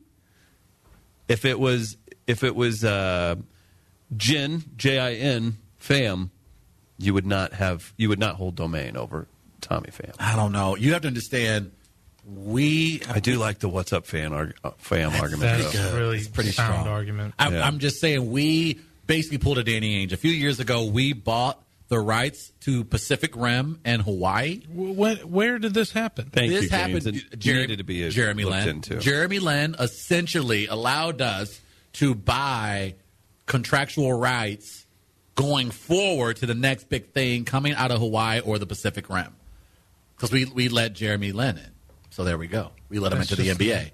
[SPEAKER 3] if it was if it was uh, Jin J I N Pham, you would not have you would not hold domain over Tommy Pham.
[SPEAKER 2] I don't know. You have to understand. We
[SPEAKER 3] I do like the "What's up, fan?" Arg- uh, fam argument.
[SPEAKER 4] That's
[SPEAKER 3] though.
[SPEAKER 2] good.
[SPEAKER 4] really
[SPEAKER 2] It's pretty
[SPEAKER 4] sound
[SPEAKER 2] strong.
[SPEAKER 4] argument.
[SPEAKER 2] I'm,
[SPEAKER 3] Yeah.
[SPEAKER 2] I'm just saying we basically pulled a Danny Ainge a few years ago. We bought the rights to Pacific Rim and Hawaii.
[SPEAKER 4] W- When, where did this happen?
[SPEAKER 3] Thank
[SPEAKER 2] this
[SPEAKER 3] you,
[SPEAKER 2] happened.
[SPEAKER 3] James. And
[SPEAKER 2] J- Jeremy,
[SPEAKER 3] needed to be uh,
[SPEAKER 2] Jeremy
[SPEAKER 3] looked
[SPEAKER 2] Lin.
[SPEAKER 3] into.
[SPEAKER 2] Jeremy Lin essentially allowed us to buy contractual rights going forward to the next big thing coming out of Hawaii or the Pacific Rim because we we let Jeremy Lin in. So there we go. We let him
[SPEAKER 4] That's
[SPEAKER 2] into the
[SPEAKER 4] just-
[SPEAKER 2] NBA.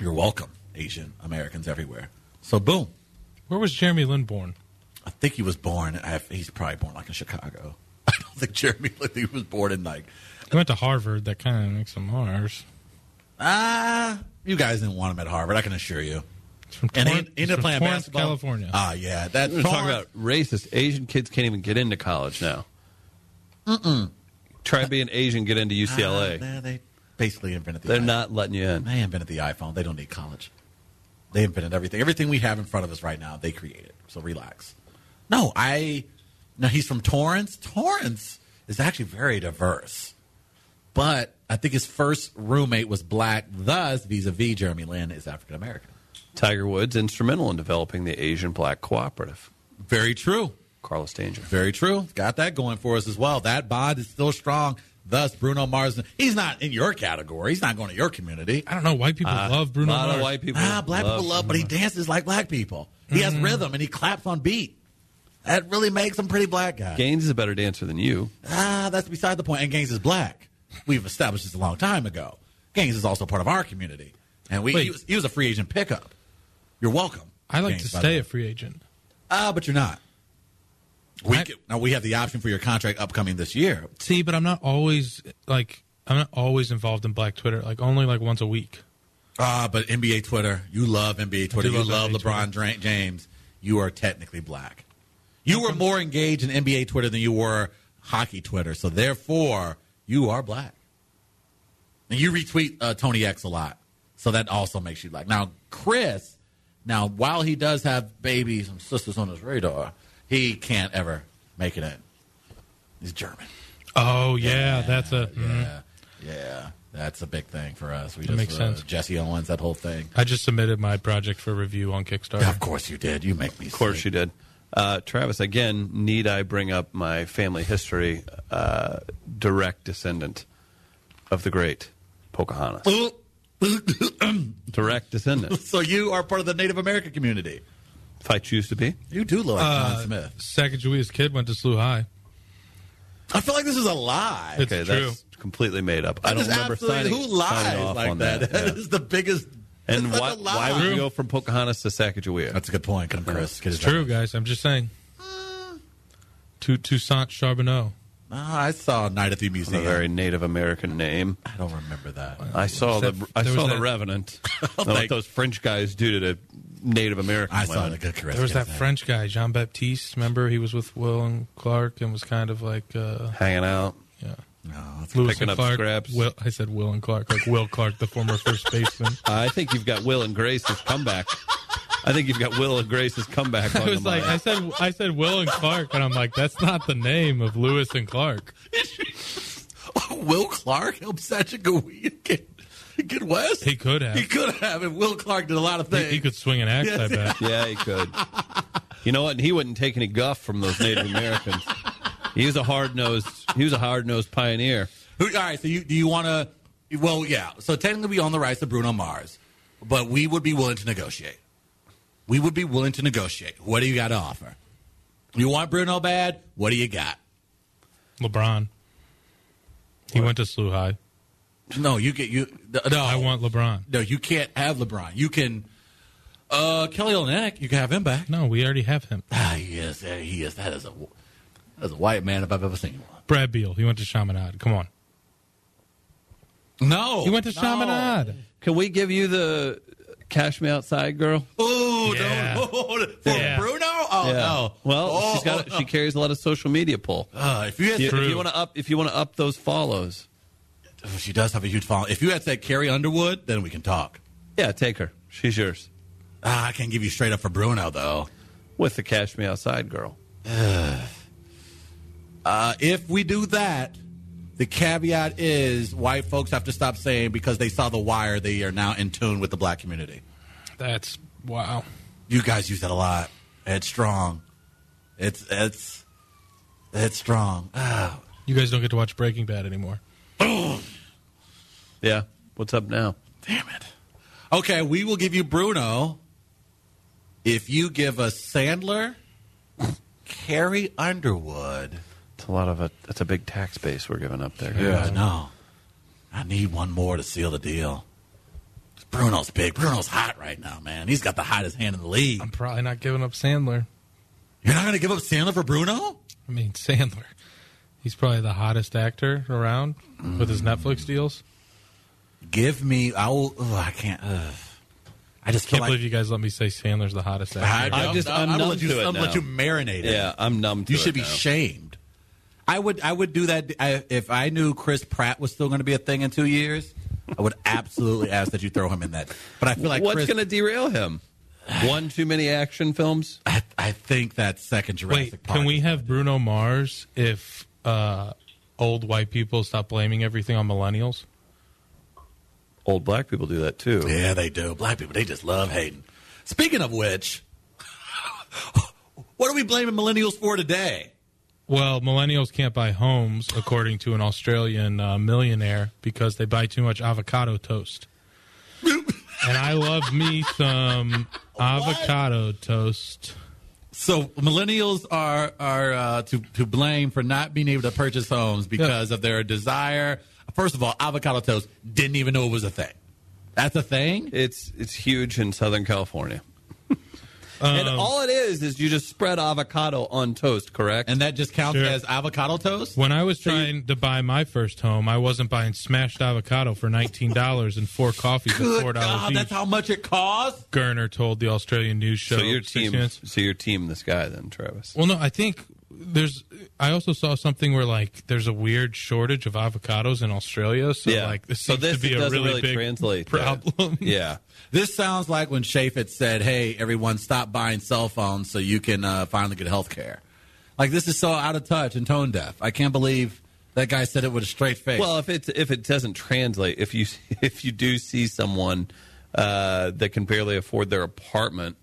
[SPEAKER 2] You're welcome, Asian Americans everywhere. So boom.
[SPEAKER 4] Where was Jeremy Lin born?
[SPEAKER 2] I think he was born. I, he's probably born like in Chicago. I don't think Jeremy Lindsay was born in like
[SPEAKER 4] He went to Harvard. That kind of makes him ours.
[SPEAKER 2] ah. you guys didn't want him at Harvard, I can assure you.
[SPEAKER 4] It's from
[SPEAKER 2] And he
[SPEAKER 4] Torrance-
[SPEAKER 2] ended up
[SPEAKER 4] from
[SPEAKER 2] playing
[SPEAKER 4] Torrance,
[SPEAKER 2] basketball.
[SPEAKER 4] California.
[SPEAKER 2] Ah, yeah, that's
[SPEAKER 3] We're talking about racist. Asian kids can't even get into college now. Mm-mm. Try being Asian, get into UCLA.
[SPEAKER 2] Nah, Ah, they basically invented the.
[SPEAKER 3] They're
[SPEAKER 2] iPhone.
[SPEAKER 3] not letting you in.
[SPEAKER 2] They invented the iPhone. They don't need college. They invented everything. Everything we have in front of us right now, they created. So relax. No, I. Now he's from Torrance. Torrance is actually very diverse, but I think his first roommate was black. Thus, vis-a-vis Jeremy Lin is African American.
[SPEAKER 3] Tiger Woods instrumental in developing the Asian Black Cooperative.
[SPEAKER 2] Very true.
[SPEAKER 3] Carlos Danger.
[SPEAKER 2] Very true. Got that going for us as well. That bond is still strong. Thus, Bruno Mars. He's not in your category. He's not going to your community.
[SPEAKER 4] I don't know. White people
[SPEAKER 2] Uh,
[SPEAKER 4] love Bruno
[SPEAKER 3] Uh, a lot
[SPEAKER 4] Mars.
[SPEAKER 3] of white people.
[SPEAKER 2] Ah, black people love, but he dances like black people. He
[SPEAKER 4] Mm-hmm.
[SPEAKER 2] has rhythm and he claps on beat. That really makes him pretty black guy.
[SPEAKER 3] Gaines is a better dancer than you.
[SPEAKER 2] Ah, that's beside the point. And Gaines is black. We've established this a long time ago. Gaines is also part of our community, and we
[SPEAKER 4] Wait.
[SPEAKER 2] he was, he was a free agent pickup. You're welcome.
[SPEAKER 4] I like
[SPEAKER 2] Gaines,
[SPEAKER 4] to
[SPEAKER 2] by
[SPEAKER 4] stay
[SPEAKER 2] the
[SPEAKER 4] a
[SPEAKER 2] way.
[SPEAKER 4] free agent.
[SPEAKER 2] Ah, but you're not. We
[SPEAKER 4] I-
[SPEAKER 2] can- now we have the option for your contract upcoming this year.
[SPEAKER 4] See, but I'm not always like I'm not always involved in Black Twitter. Like only like once a week.
[SPEAKER 2] Ah, but NBA Twitter, you love NBA Twitter.
[SPEAKER 4] do
[SPEAKER 2] You love
[SPEAKER 4] love NBA
[SPEAKER 2] LeBron Dra- James. You are technically black. You were more engaged in NBA Twitter than you were hockey Twitter, so therefore you are black. And you retweet uh, Tony X a lot, so that also makes you black. Now, Chris, now while he does have babies and sisters on his radar, he can't ever make it in. He's German.
[SPEAKER 4] Oh yeah, that's a. mhm.
[SPEAKER 2] Yeah, yeah, that's a big thing for us. We just
[SPEAKER 4] makes
[SPEAKER 2] uh,
[SPEAKER 4] sense.
[SPEAKER 2] Jesse Owens, that whole thing.
[SPEAKER 4] I just submitted my project for review on Kickstarter.
[SPEAKER 2] Of course you did. You make me.
[SPEAKER 3] Of course you did. Uh, Travis, again, need I bring up my family history? Uh, direct descendant of the great Pocahontas. Direct descendant,
[SPEAKER 2] so you are part of the Native American community.
[SPEAKER 3] if I choose to be.
[SPEAKER 2] You do look like John Smith.
[SPEAKER 4] Sacagawea's kid went to SLU High.
[SPEAKER 2] I feel like this is a lie.
[SPEAKER 4] It's
[SPEAKER 3] Okay,
[SPEAKER 4] true.
[SPEAKER 3] that's completely made up. I
[SPEAKER 2] That
[SPEAKER 3] don't
[SPEAKER 2] is
[SPEAKER 3] remember
[SPEAKER 2] absolutely-
[SPEAKER 3] signing,
[SPEAKER 2] who lies
[SPEAKER 3] signing off
[SPEAKER 2] like
[SPEAKER 3] on
[SPEAKER 2] that.
[SPEAKER 3] that.
[SPEAKER 2] That
[SPEAKER 3] yeah.
[SPEAKER 2] is the biggest.
[SPEAKER 3] And
[SPEAKER 2] that's such
[SPEAKER 3] why,
[SPEAKER 2] a lie.
[SPEAKER 3] why would you
[SPEAKER 4] True.
[SPEAKER 3] go from Pocahontas to Sacagawea?
[SPEAKER 2] That's a good point, Come, Chris. Get
[SPEAKER 4] It's
[SPEAKER 2] it
[SPEAKER 4] true,
[SPEAKER 2] done.
[SPEAKER 4] guys. I'm just saying. To Toussaint Charbonneau.
[SPEAKER 2] Ah, I saw Night at the
[SPEAKER 3] a
[SPEAKER 2] Museum.
[SPEAKER 3] very Native American name.
[SPEAKER 2] I don't remember that.
[SPEAKER 3] I saw the
[SPEAKER 4] Except
[SPEAKER 3] I
[SPEAKER 4] there
[SPEAKER 3] saw
[SPEAKER 4] was
[SPEAKER 3] the
[SPEAKER 4] that-
[SPEAKER 3] Revenant. Know what those French guys do to the Native American.
[SPEAKER 2] I saw
[SPEAKER 3] women.
[SPEAKER 2] the good Chris.
[SPEAKER 4] There was
[SPEAKER 2] Get
[SPEAKER 4] that
[SPEAKER 2] it done.
[SPEAKER 4] French guy, Jean Baptiste. Remember, he was with Will and Clark and was kind of like, uh,
[SPEAKER 3] hanging out.
[SPEAKER 4] yeah,
[SPEAKER 2] No, that's-
[SPEAKER 4] Lewis
[SPEAKER 3] Picking
[SPEAKER 4] and
[SPEAKER 3] up
[SPEAKER 4] Clark.
[SPEAKER 3] scraps.
[SPEAKER 4] Will, I said Will and Clark, like Will Clark, the former first baseman.
[SPEAKER 3] I think you've got Will and Grace's comeback. I think you've got Will and Grace's comeback. On
[SPEAKER 4] I was
[SPEAKER 3] the
[SPEAKER 4] like, I
[SPEAKER 3] mind.
[SPEAKER 4] said, I said Will and Clark, and I'm like, that's not the name of Lewis and Clark.
[SPEAKER 2] Will Clark helped Sacagawea get, get West.
[SPEAKER 4] He could have.
[SPEAKER 2] He could have. And Will Clark did a lot of
[SPEAKER 4] He,
[SPEAKER 2] things.
[SPEAKER 4] he could swing an axe, I bet.
[SPEAKER 3] yeah, he could. You know what? And he wouldn't take any guff from those Native Americans. He was a hard nosed. He was a hard nosed pioneer.
[SPEAKER 2] Who, all right, so you do you want to? Well, yeah. So technically, we own the rights to Bruno Mars, but we would be willing to negotiate. We would be willing to negotiate. What do you got to offer? You want Bruno bad? What do you got?
[SPEAKER 4] LeBron. He went to SLU High.
[SPEAKER 2] No, you get you. No,
[SPEAKER 4] I want LeBron.
[SPEAKER 2] No, you can't have LeBron. You can. Uh, Kelly Olynyk, you can have him back.
[SPEAKER 4] No, we already have him.
[SPEAKER 2] Ah, he is. eh, He is. That is a that is a white man if I've ever seen one.
[SPEAKER 4] Brad Beal. He went to Chaminade. Come on.
[SPEAKER 2] No,
[SPEAKER 4] He went to
[SPEAKER 2] no.
[SPEAKER 4] Chaminade.
[SPEAKER 3] Can we give you the cash me outside girl?
[SPEAKER 2] Ooh,
[SPEAKER 4] Yeah.
[SPEAKER 2] no, for
[SPEAKER 4] Yeah.
[SPEAKER 2] Bruno. Oh no.
[SPEAKER 3] Well,
[SPEAKER 2] Oh,
[SPEAKER 3] she's got.
[SPEAKER 2] oh,
[SPEAKER 3] She carries a lot of social media pull.
[SPEAKER 2] uh, if you had
[SPEAKER 3] If
[SPEAKER 4] True.
[SPEAKER 3] you want to up, if you want to up those follows,
[SPEAKER 2] Oh, She does have a huge following. If you had said Carrie Underwood, then we can talk.
[SPEAKER 3] yeah, take her. She's yours
[SPEAKER 2] Ah, I can't give you straight up for Bruno though.
[SPEAKER 3] with the cash me outside girl.
[SPEAKER 2] Uh, if we do that, the caveat is white folks have to stop saying because they saw The Wire, they are now in tune with the black community.
[SPEAKER 4] That's wow.
[SPEAKER 2] You guys use that a lot. It's strong. It's it's it's strong. Ah,
[SPEAKER 4] You guys don't get to watch Breaking Bad anymore.
[SPEAKER 3] Yeah. What's up now?
[SPEAKER 2] damn it. Okay, we will give you Bruno if you give us Sandler, Carrie Underwood.
[SPEAKER 3] It's a lot of a. That's a big tax base we're giving up there.
[SPEAKER 2] Yeah, I know. I need one more to seal the deal. Bruno's big. Bruno's hot right now, man. He's got the hottest hand in the league.
[SPEAKER 4] I'm probably Um, not giving up Sandler.
[SPEAKER 2] You're not going to give up Sandler for Bruno?
[SPEAKER 4] I mean Sandler. He's probably the hottest actor around with his Netflix deals.
[SPEAKER 2] Give me. I will. Ugh, I can't. Ugh. I just feel
[SPEAKER 4] Can't
[SPEAKER 2] like-
[SPEAKER 4] believe you guys let me say Sandler's the hottest
[SPEAKER 2] I
[SPEAKER 4] actor.
[SPEAKER 3] I'm
[SPEAKER 2] don't
[SPEAKER 3] just-
[SPEAKER 2] know.
[SPEAKER 3] I'm
[SPEAKER 2] gonna
[SPEAKER 3] numb
[SPEAKER 2] let you,
[SPEAKER 3] to it
[SPEAKER 2] I'm gonna let
[SPEAKER 3] now.
[SPEAKER 2] you marinate it.
[SPEAKER 3] Yeah, I'm numb to
[SPEAKER 2] You
[SPEAKER 3] it
[SPEAKER 2] should be
[SPEAKER 3] now.
[SPEAKER 2] shamed. I would. I would do that I, if I knew Chris Pratt was still going to be a thing in two years. I would absolutely ask that you throw him in that. But I feel like
[SPEAKER 3] What's
[SPEAKER 2] Chris,
[SPEAKER 3] going to derail him? One too many action films?
[SPEAKER 2] I, I think that second Jurassic
[SPEAKER 4] Wait,
[SPEAKER 2] Park.
[SPEAKER 4] can we
[SPEAKER 2] is-
[SPEAKER 4] have Bruno Mars if uh, old white people stop blaming everything on millennials?
[SPEAKER 3] Old black people do that too.
[SPEAKER 2] Yeah, they do. Black people, they just love hating. Speaking of which, what are we blaming millennials for today?
[SPEAKER 4] Well, millennials can't buy homes, according to an Australian uh, millionaire, because they buy too much avocado toast. and I love me some avocado toast.
[SPEAKER 2] So millennials are are uh, to to blame for not being able to purchase homes because of their desire. First of all, avocado toast didn't even know it was a thing. That's a thing.
[SPEAKER 3] It's it's huge in Southern California. and
[SPEAKER 4] Um,
[SPEAKER 3] all it is is you just spread avocado on toast, correct?
[SPEAKER 2] And that just counts
[SPEAKER 4] Sure.
[SPEAKER 2] as avocado toast?
[SPEAKER 4] When I was trying to buy my first home, I wasn't buying smashed avocado for nineteen dollars and four coffees at four
[SPEAKER 2] Good
[SPEAKER 4] dollars
[SPEAKER 2] God,
[SPEAKER 4] each.
[SPEAKER 2] that's how much it costs?
[SPEAKER 4] Gerner told the Australian news show.
[SPEAKER 3] so your
[SPEAKER 4] Six
[SPEAKER 3] team,
[SPEAKER 4] Minutes.
[SPEAKER 3] so your team, this guy then, Travis.
[SPEAKER 4] Well, no, I think there's. I also saw something where like there's a weird shortage of avocados in Australia. So
[SPEAKER 3] Yeah.
[SPEAKER 4] like this
[SPEAKER 3] So
[SPEAKER 4] seems
[SPEAKER 3] this
[SPEAKER 4] to be a
[SPEAKER 3] doesn't
[SPEAKER 4] really,
[SPEAKER 3] really
[SPEAKER 4] big
[SPEAKER 3] translate to-
[SPEAKER 4] problem.
[SPEAKER 3] yeah,
[SPEAKER 2] This sounds like when Chaffetz said, hey, everyone, stop buying cell phones so you can uh, finally get health care. Like, this is so out of touch and tone deaf. I can't believe that guy said it with a straight face.
[SPEAKER 3] Well, if it's if it doesn't translate, if you if you do see someone uh, that can barely afford their apartment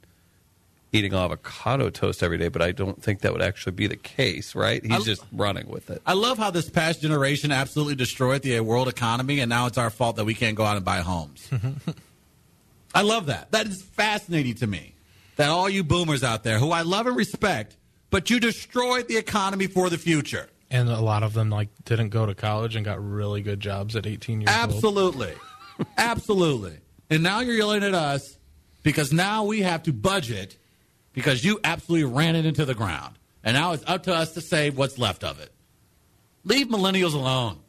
[SPEAKER 3] eating avocado toast every day, but I don't think that would actually be the case, right? He's
[SPEAKER 2] I-
[SPEAKER 3] just running with it.
[SPEAKER 2] I love how this past generation absolutely destroyed the world economy, and now it's our fault that we can't go out and buy homes. I love that. That is fascinating to me. That all you boomers out there, who I love and respect, but you destroyed the economy for the future.
[SPEAKER 4] and a lot of them like didn't go to college and got really good jobs at 18 years old.
[SPEAKER 2] Absolutely. Absolutely. And now you're yelling at us because now we have to budget because you absolutely ran it into the ground. And now it's up to us to save what's left of it. Leave millennials alone.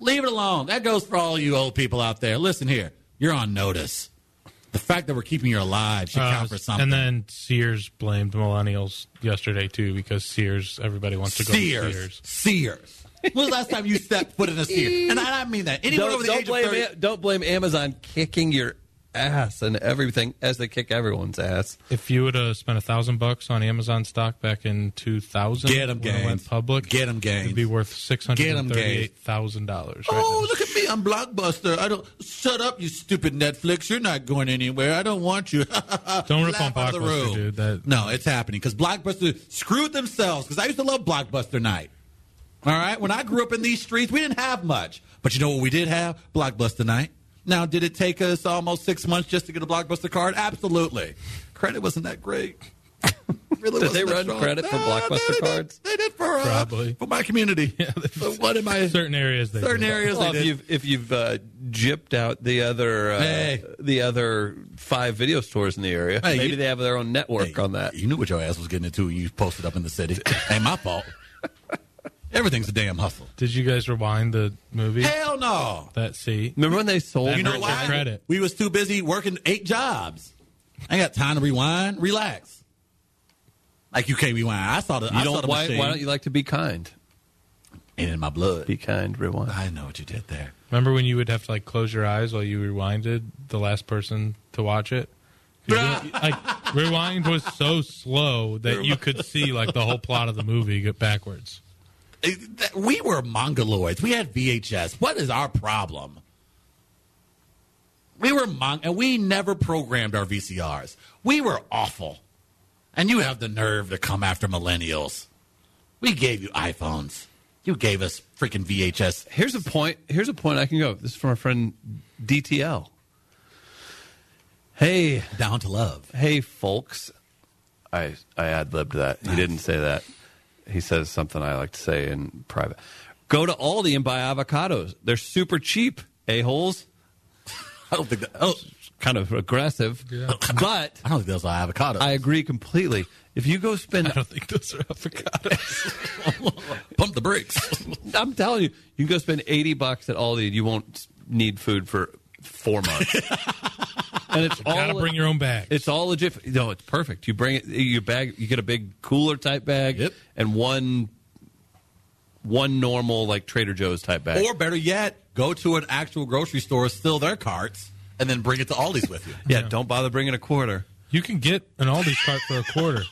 [SPEAKER 2] Leave it alone. That goes for all you old people out there. Listen here, you're on notice. The fact that we're keeping you alive should
[SPEAKER 4] Uh,
[SPEAKER 2] count for something.
[SPEAKER 4] and then Sears blamed millennials yesterday too because Sears everybody wants to go to
[SPEAKER 2] Sears.
[SPEAKER 4] Sears.
[SPEAKER 2] Sears. When was the last time you stepped foot in a Sears? And I, I mean that. Anyone over
[SPEAKER 3] Don't,
[SPEAKER 2] the
[SPEAKER 3] don't
[SPEAKER 2] age
[SPEAKER 3] blame
[SPEAKER 2] of 30,
[SPEAKER 3] Am- don't blame Amazon kicking your ass and everything as they kick everyone's ass.
[SPEAKER 4] If you would have spent a thousand bucks on Amazon stock back in 2000,
[SPEAKER 2] Get 'em,
[SPEAKER 4] when it
[SPEAKER 2] Gaines.
[SPEAKER 4] went public,
[SPEAKER 2] Get 'em, Gaines.
[SPEAKER 4] it'd be worth six hundred
[SPEAKER 2] Gaines.
[SPEAKER 4] and thirty-eight thousand dollars.
[SPEAKER 2] Oh, look at me! I'm blockbuster. I don't shut up, you stupid Netflix. You're not going anywhere. I don't want you.
[SPEAKER 4] Don't rip
[SPEAKER 2] Laugh
[SPEAKER 4] on
[SPEAKER 2] out of the
[SPEAKER 4] Blockbuster,
[SPEAKER 2] room.
[SPEAKER 4] dude. That-
[SPEAKER 2] No, it's happening because Blockbuster screwed themselves. Because I used to love Blockbuster night. All right, when I grew up in these streets, we didn't have much, but you know what we did have? Blockbuster night. Now, did it take us almost six months just to get a Blockbuster card? Absolutely. Credit wasn't that great. Really
[SPEAKER 3] Did they
[SPEAKER 2] wasn't that
[SPEAKER 3] run
[SPEAKER 2] strong.
[SPEAKER 3] credit for
[SPEAKER 2] Nah,
[SPEAKER 3] Blockbuster
[SPEAKER 2] they did-
[SPEAKER 3] cards?
[SPEAKER 2] They did for uh,
[SPEAKER 4] Probably.
[SPEAKER 2] for my community. But what am I?
[SPEAKER 4] certain areas. They
[SPEAKER 2] Certain
[SPEAKER 4] do.
[SPEAKER 2] areas
[SPEAKER 3] Well,
[SPEAKER 2] they
[SPEAKER 3] if
[SPEAKER 2] did.
[SPEAKER 3] you've if you've uh, gypped out the other uh,
[SPEAKER 2] Hey.
[SPEAKER 3] the other five video stores in the area,
[SPEAKER 2] Hey,
[SPEAKER 3] maybe
[SPEAKER 2] you-
[SPEAKER 3] they have their own network
[SPEAKER 2] Hey,
[SPEAKER 3] on that.
[SPEAKER 2] You knew what your ass was getting into when you posted up in the city. Ain't my fault. Everything's a damn hustle.
[SPEAKER 4] Did you guys rewind the movie?
[SPEAKER 2] Hell no.
[SPEAKER 4] That see,
[SPEAKER 3] Remember when they sold?
[SPEAKER 4] You
[SPEAKER 2] You
[SPEAKER 4] know
[SPEAKER 2] know
[SPEAKER 4] Hurt
[SPEAKER 3] the-
[SPEAKER 4] their
[SPEAKER 2] why?
[SPEAKER 4] credit.
[SPEAKER 2] We was too busy working eight jobs. I ain't got time to rewind. Relax. Like you can't rewind. I saw the.
[SPEAKER 3] You
[SPEAKER 2] I saw
[SPEAKER 3] don't.
[SPEAKER 2] the
[SPEAKER 3] Why,
[SPEAKER 2] machine.
[SPEAKER 3] why don't you like to be kind?
[SPEAKER 2] Ain't in my blood.
[SPEAKER 3] Be kind. Rewind.
[SPEAKER 2] I know what you did there.
[SPEAKER 4] remember when you would have to like close your eyes while you rewinded the last person to watch it? 'Cause you- like rewind was so slow that you could see like the whole plot of the movie get backwards.
[SPEAKER 2] It- that- We were mongoloids. We had VHS. What is our problem? We were mon- and we never programmed our VCRs. We were awful. And you have the nerve to come after millennials. We gave you iPhones. You gave us freaking VHS.
[SPEAKER 3] Here's a point. Here's a point I can go. This is from our friend DTL. Hey,
[SPEAKER 2] Down to love.
[SPEAKER 3] hey, folks. I I ad libbed that. He didn't say that. He says something I like to say in private. Go to Aldi and buy avocados. They're super cheap. A holes.
[SPEAKER 2] I don't think that. Oh,
[SPEAKER 3] kind of aggressive. But
[SPEAKER 2] I don't think those are avocado.
[SPEAKER 3] I agree completely. If you go spend,
[SPEAKER 4] I don't think those are avocados.
[SPEAKER 2] Pump the brakes.
[SPEAKER 3] I'm telling you, you can go spend 80 bucks at Aldi and you won't need food for four months. and it's all
[SPEAKER 4] Gotta bring your own bag.
[SPEAKER 3] It's all legit. No, it's perfect. You bring it. You bag. You get a big cooler type bag
[SPEAKER 2] Yep.
[SPEAKER 3] and one one normal like Trader Joe's type bag.
[SPEAKER 2] or better yet, go to an actual grocery store, steal their carts, and then bring it to Aldi's with you.
[SPEAKER 3] yeah, don't bother bringing a quarter.
[SPEAKER 4] You can get an Aldi cart for a quarter.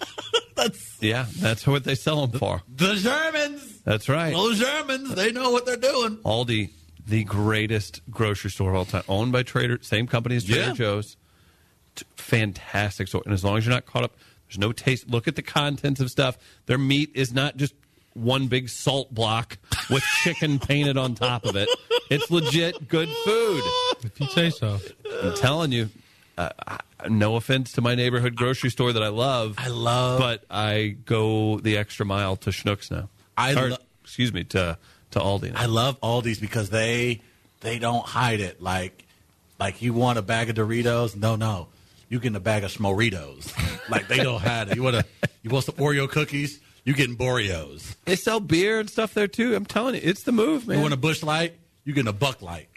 [SPEAKER 3] Yeah, that's what they sell them for.
[SPEAKER 2] The Germans,
[SPEAKER 3] That's right.
[SPEAKER 2] those Germans, they know what they're doing.
[SPEAKER 3] Aldi, the greatest grocery store of all time, owned by Trader, same company as Trader
[SPEAKER 2] Yeah.
[SPEAKER 3] Joe's. T- Fantastic store, and as long as you're not caught up, there's no taste. Look at the contents of stuff. Their meat is not just one big salt block with chicken painted on top of it. It's legit good food.
[SPEAKER 4] If you say so.
[SPEAKER 3] I'm telling you. Uh, I, no offense to my neighborhood grocery store that I love.
[SPEAKER 2] I love-
[SPEAKER 3] but I go the extra mile to Schnucks now.
[SPEAKER 2] I
[SPEAKER 3] Or,
[SPEAKER 2] lo-
[SPEAKER 3] excuse me to to Aldi. Now.
[SPEAKER 2] I love Aldi's because they they don't hide it. Like like you want a bag of Doritos? No, no. You getting a bag of Smoritos. like they don't hide it. You want a you want some Oreo cookies? You getting Boreos.
[SPEAKER 3] They sell beer and stuff there too. I'm telling you, it's the move, man.
[SPEAKER 2] You want a bush light? You getting a buck light.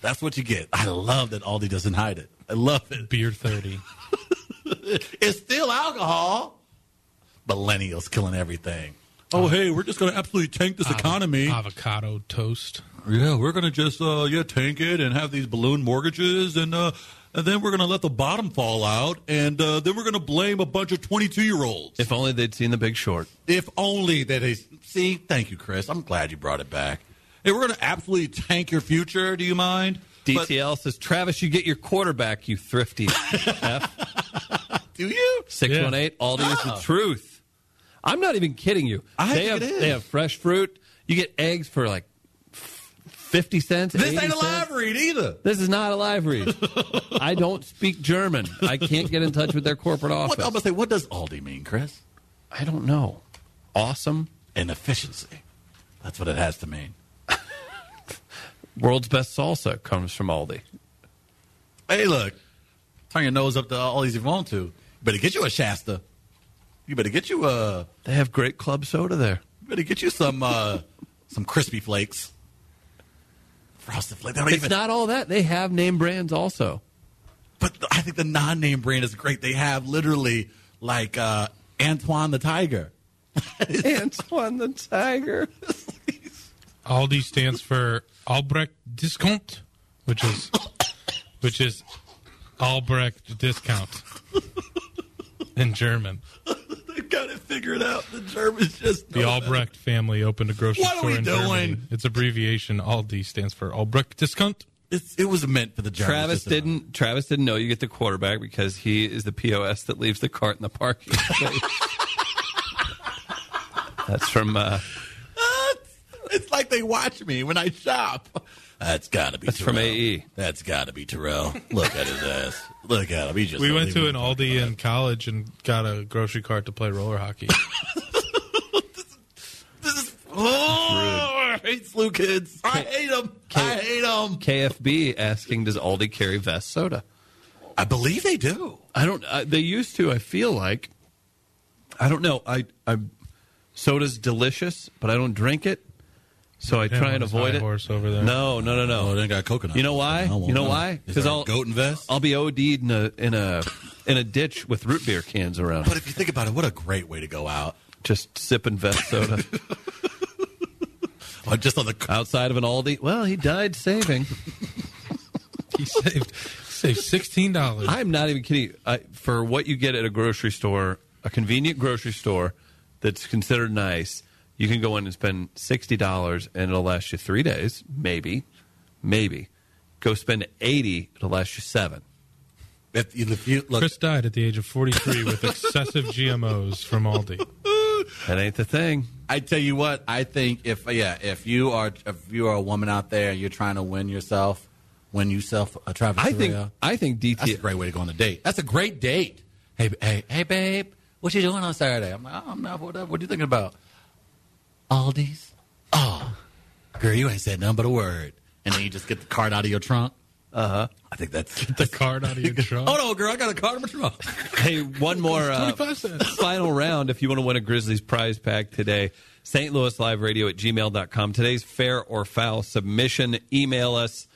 [SPEAKER 2] That's what you get. I love that Aldi doesn't hide it. I love it.
[SPEAKER 4] Beer 30.
[SPEAKER 2] It's still alcohol. Millennials killing everything. Oh hey, we're just gonna absolutely tank this economy.
[SPEAKER 4] Avocado toast.
[SPEAKER 2] Yeah, we're gonna just uh, yeah tank it and have these balloon mortgages, and uh, and then we're gonna let the bottom fall out, and uh, then we're gonna blame a bunch of twenty-two year olds. If,
[SPEAKER 3] if only they'd seen The Big Short.
[SPEAKER 2] if only that is. See, thank you, Chris. I'm glad you brought it back. Hey, we're gonna absolutely tank your future. Do you mind? But-
[SPEAKER 3] DTL says, Travis, you get your quarterback, you thrifty.
[SPEAKER 2] do you?
[SPEAKER 3] 618, Aldi is the truth. I'm not even kidding you.
[SPEAKER 2] I
[SPEAKER 3] they, have,
[SPEAKER 2] think it is.
[SPEAKER 3] they have fresh fruit. You get eggs for like f- 50 cents.
[SPEAKER 2] This
[SPEAKER 3] 80
[SPEAKER 2] ain't a
[SPEAKER 3] cents.
[SPEAKER 2] live read either.
[SPEAKER 3] This is not a live read. I don't speak German. I can't get in touch with their corporate office.
[SPEAKER 2] What, I'm gonna say, what does Aldi mean, Chris?
[SPEAKER 3] I don't know. Awesome.
[SPEAKER 2] And efficiency. That's what it has to mean.
[SPEAKER 3] World's best salsa comes from Aldi.
[SPEAKER 2] Hey, look, turn your nose up to all these if you want to. Better get you a Shasta. You better get you a.
[SPEAKER 3] They have great club soda there.
[SPEAKER 2] You better get you some uh, some crispy flakes. Frosted flakes. They don't
[SPEAKER 3] It's
[SPEAKER 2] even.
[SPEAKER 3] not all that. They have name brands also.
[SPEAKER 2] but I think the non-name brand is great. They have literally like uh, Antoine the Tiger.
[SPEAKER 3] Antoine the Tiger.
[SPEAKER 4] Aldi stands for Albrecht Discount, which is which is Albrecht Discount in German.
[SPEAKER 2] they got it figured out. The Germans just
[SPEAKER 4] The Albrecht family opened a grocery
[SPEAKER 2] What are
[SPEAKER 4] store
[SPEAKER 2] we
[SPEAKER 4] in Germany.
[SPEAKER 2] doing?
[SPEAKER 4] Its abbreviation Aldi stands for Albrecht Discount.
[SPEAKER 2] It's, it was meant for the Germans.
[SPEAKER 3] Travis
[SPEAKER 2] Just a-
[SPEAKER 3] didn't. Travis didn't know you get the quarterback because he is the POS that leaves the cart in the parking space. That's from. Uh,
[SPEAKER 2] It's like they watch me when I shop. That's gotta be.
[SPEAKER 3] That's
[SPEAKER 2] Terrell.
[SPEAKER 3] from E. AE.
[SPEAKER 2] That's gotta be Terrell. Look at his ass. Look at him. He just.
[SPEAKER 4] We went to an Aldi in college and got a grocery cart to play roller hockey.
[SPEAKER 2] This is. Oh, I hate slew kids. I hate them. I hate them.
[SPEAKER 3] KFB asking, "Does Aldi carry Vest soda?"
[SPEAKER 2] I believe they do.
[SPEAKER 3] I don't. Uh, they used to. I feel like. I don't know. I. I. Soda's delicious, but I don't drink it, so I
[SPEAKER 4] Damn,
[SPEAKER 3] try and
[SPEAKER 4] there's a high
[SPEAKER 3] avoid it.
[SPEAKER 4] horse over there.
[SPEAKER 3] No, no, no, no.
[SPEAKER 2] Oh, they got coconut.
[SPEAKER 3] You know why?
[SPEAKER 2] I won't
[SPEAKER 3] You know
[SPEAKER 2] know.
[SPEAKER 3] why?
[SPEAKER 2] Is there a
[SPEAKER 3] I'll
[SPEAKER 2] goat and vest?
[SPEAKER 3] I'll be OD'd in a in a in a ditch with root beer cans around,
[SPEAKER 2] But if you think about it, what a great way to go out.
[SPEAKER 3] just sipping vest soda
[SPEAKER 2] Oh, just on the.
[SPEAKER 3] outside of an Aldi. Well, he died saving.
[SPEAKER 4] he saved saved sixteen dollars.
[SPEAKER 3] I'm not even kidding. you. I, for what you get at a grocery store, a convenient grocery store that's considered nice, you can go in and spend sixty dollars, and it'll last you three days, maybe, maybe. Go spend eighty; it'll last you seven.
[SPEAKER 2] If you, if you look,
[SPEAKER 4] Chris died at the age of 43 with excessive GMOs from Aldi.
[SPEAKER 3] That ain't the thing.
[SPEAKER 2] I tell you what, I think if yeah, if you are if you are a woman out there, you're trying to win yourself, win yourself a Travis.
[SPEAKER 3] I think.
[SPEAKER 2] Terrell.
[SPEAKER 3] I think
[SPEAKER 2] That's
[SPEAKER 3] DT.
[SPEAKER 2] a great way to go on a date. That's a great date. Hey, ba- hey, hey, babe, what you doing on Saturday? I'm like, oh, I'm not. Whatever. What are you thinking about? Aldi's. Oh, girl, you ain't said nothing but a word. And then you just get the card out of your trunk. I think that's.
[SPEAKER 4] The card out of your trunk.
[SPEAKER 2] oh no, girl! I got a card in my truck.
[SPEAKER 3] Hey, one more uh,
[SPEAKER 4] 25 cents.
[SPEAKER 3] final round if you want to win a Grizzlies prize pack today. St. Louis Live Radio at gmail.com. Today's fair or foul submission. Email us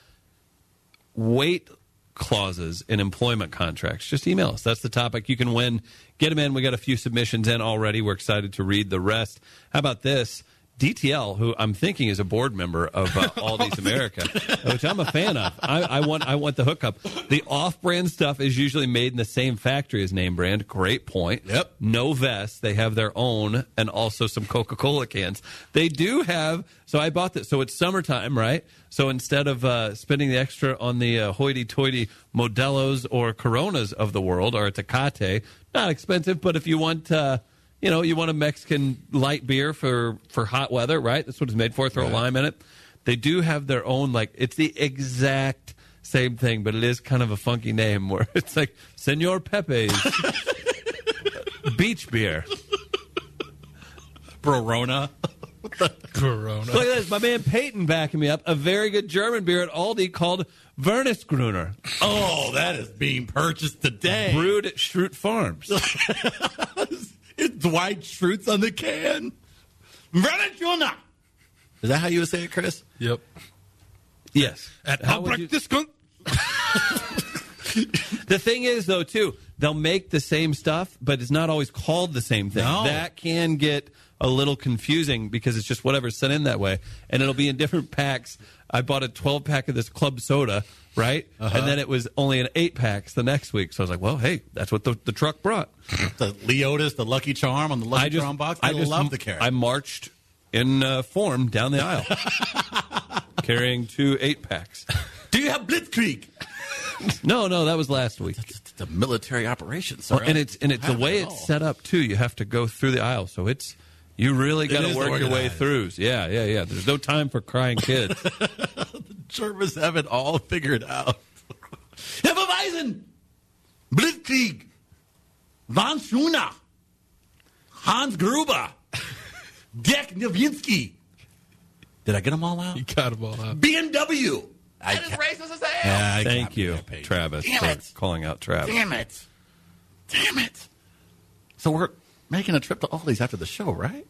[SPEAKER 3] weight clauses in employment contracts. Just email us. That's the topic. You can win. Get them in. We got a few submissions in already. We're excited to read the rest. How about this? DTL, who I'm thinking is a board member of uh, Aldi's America, which I'm a fan of. I, I want I want the hookup. The off-brand stuff is usually made in the same factory as name brand. Great point.
[SPEAKER 2] Yep.
[SPEAKER 3] No vests. They have their own and also some Coca Cola cans. They do have, so I bought this. So it's summertime, right? So instead of uh, spending the extra on the uh, hoity toity Modelos or Coronas of the world or a Tecate, not expensive, but if you want, uh, you know, you want a Mexican light beer for, for hot weather, right? That's what it's made for. Throw a lime in it. They do have their own, like, it's the exact same thing, but it is kind of a funky name where it's like Senor Pepe's beach beer.
[SPEAKER 2] Brorona.
[SPEAKER 4] Corona.
[SPEAKER 3] Look at this. My man Peyton backing me up. A very good German beer at Aldi called Wernesgrüner,
[SPEAKER 2] Oh, that is being purchased today.
[SPEAKER 3] brewed at Schrute Farms.
[SPEAKER 2] It's Dwight Schrute's on the can. Brorona. Is that how you would say it, Chris?
[SPEAKER 4] Yep.
[SPEAKER 3] Yes.
[SPEAKER 4] At
[SPEAKER 3] How would
[SPEAKER 4] Albrecht
[SPEAKER 3] you-
[SPEAKER 4] the skunk.
[SPEAKER 3] The thing is, though, too, they'll make the same stuff, but it's not always called the same thing.
[SPEAKER 2] No.
[SPEAKER 3] That can get a little confusing because it's just whatever's sent in that way, and it'll be in different packs. I bought a 12 pack of this club soda, right? And then it was only an eight packs the next week. So I was like, well, hey, that's what the, the truck brought.
[SPEAKER 2] The Leotis, the Lucky Charm on the Lucky Charm box. I, love the carrot.
[SPEAKER 3] I marched in uh, form down the aisle, carrying two eight packs.
[SPEAKER 2] Do you have Blitzkrieg?
[SPEAKER 3] No, no, that was last week.
[SPEAKER 2] It's a military operation, sir.
[SPEAKER 3] Well, and it's and it's the
[SPEAKER 2] Have
[SPEAKER 3] way
[SPEAKER 2] it
[SPEAKER 3] it's
[SPEAKER 2] all.
[SPEAKER 3] set up too. You have to go through the aisle, so it's you really got
[SPEAKER 2] is
[SPEAKER 3] to work your way
[SPEAKER 2] organized.
[SPEAKER 3] through. Yeah, yeah, yeah. There's no time for crying kids.
[SPEAKER 2] Germans have it all figured out. Hefeweizen, Blitzkrieg, Von Schuna, Hans Gruber, Dick Nowinski. Did I get them all out?
[SPEAKER 4] You got them all out.
[SPEAKER 2] BMW. I that is racist as hell.
[SPEAKER 3] Thank you, Travis,
[SPEAKER 2] Damn
[SPEAKER 3] for
[SPEAKER 2] it.
[SPEAKER 3] calling out Travis.
[SPEAKER 2] Damn it. Damn it. So we're making a trip to Aldi's after the show, right?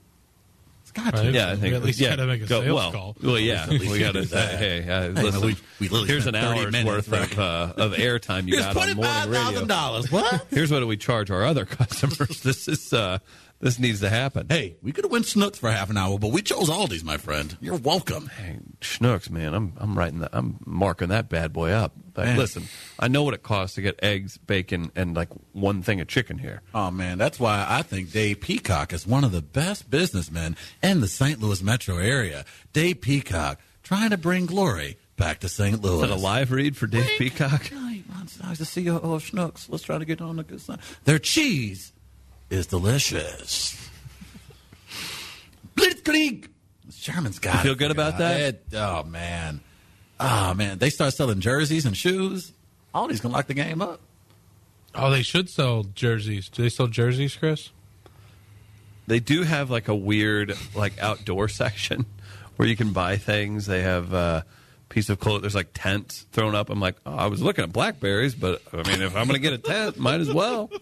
[SPEAKER 2] It's got to.
[SPEAKER 4] Right.
[SPEAKER 3] Yeah, I
[SPEAKER 4] We
[SPEAKER 3] think
[SPEAKER 4] at least
[SPEAKER 3] yeah,
[SPEAKER 4] gotta make a
[SPEAKER 3] go-
[SPEAKER 4] sales
[SPEAKER 3] well,
[SPEAKER 4] call.
[SPEAKER 3] Well, yeah, we got to
[SPEAKER 2] do that.
[SPEAKER 3] say, hey, uh,
[SPEAKER 2] man,
[SPEAKER 3] listen,
[SPEAKER 2] we- we literally
[SPEAKER 3] here's an
[SPEAKER 2] spent 30
[SPEAKER 3] hour's
[SPEAKER 2] minutes,
[SPEAKER 3] worth
[SPEAKER 2] right?
[SPEAKER 3] of, uh, of airtime you
[SPEAKER 2] Here's
[SPEAKER 3] got on morning radio.
[SPEAKER 2] $25,000. What?
[SPEAKER 3] Here's what we charge our other customers. this is uh, this needs to happen.
[SPEAKER 2] Hey, we could have went Snooks for half an hour, but we chose Aldi's, my friend. You're welcome.
[SPEAKER 3] Hey, Schnooks, man, I'm I'm writing that I'm marking that bad boy up. Like,
[SPEAKER 2] Man.
[SPEAKER 3] listen, I know what it costs to get eggs, bacon, and like one thing of chicken here.
[SPEAKER 2] Oh, man, that's why I think Dave Peacock is one of the best businessmen in the St. Louis metro area. Dave Peacock trying to bring glory back to St. Louis.
[SPEAKER 3] Is that a live read for Dave Peacock?
[SPEAKER 2] Night, Monstars, the CEO of Schnooks. Let's try to get on the good side. Their cheese is delicious. Blitzkrieg. Sherman's got
[SPEAKER 3] feel
[SPEAKER 2] it
[SPEAKER 3] good about
[SPEAKER 2] figured out. It- oh man, oh man. They start selling jerseys and shoes. Aldi's gonna lock the game up.
[SPEAKER 4] Oh, they should sell jerseys. Do they sell jerseys, Chris?
[SPEAKER 3] They do have like a weird like outdoor section where you can buy things. They have uh, piece of cloth. There's like tents thrown up. I'm like, oh, I was looking at blackberries, but I mean, if I'm going to get a tent, might as well.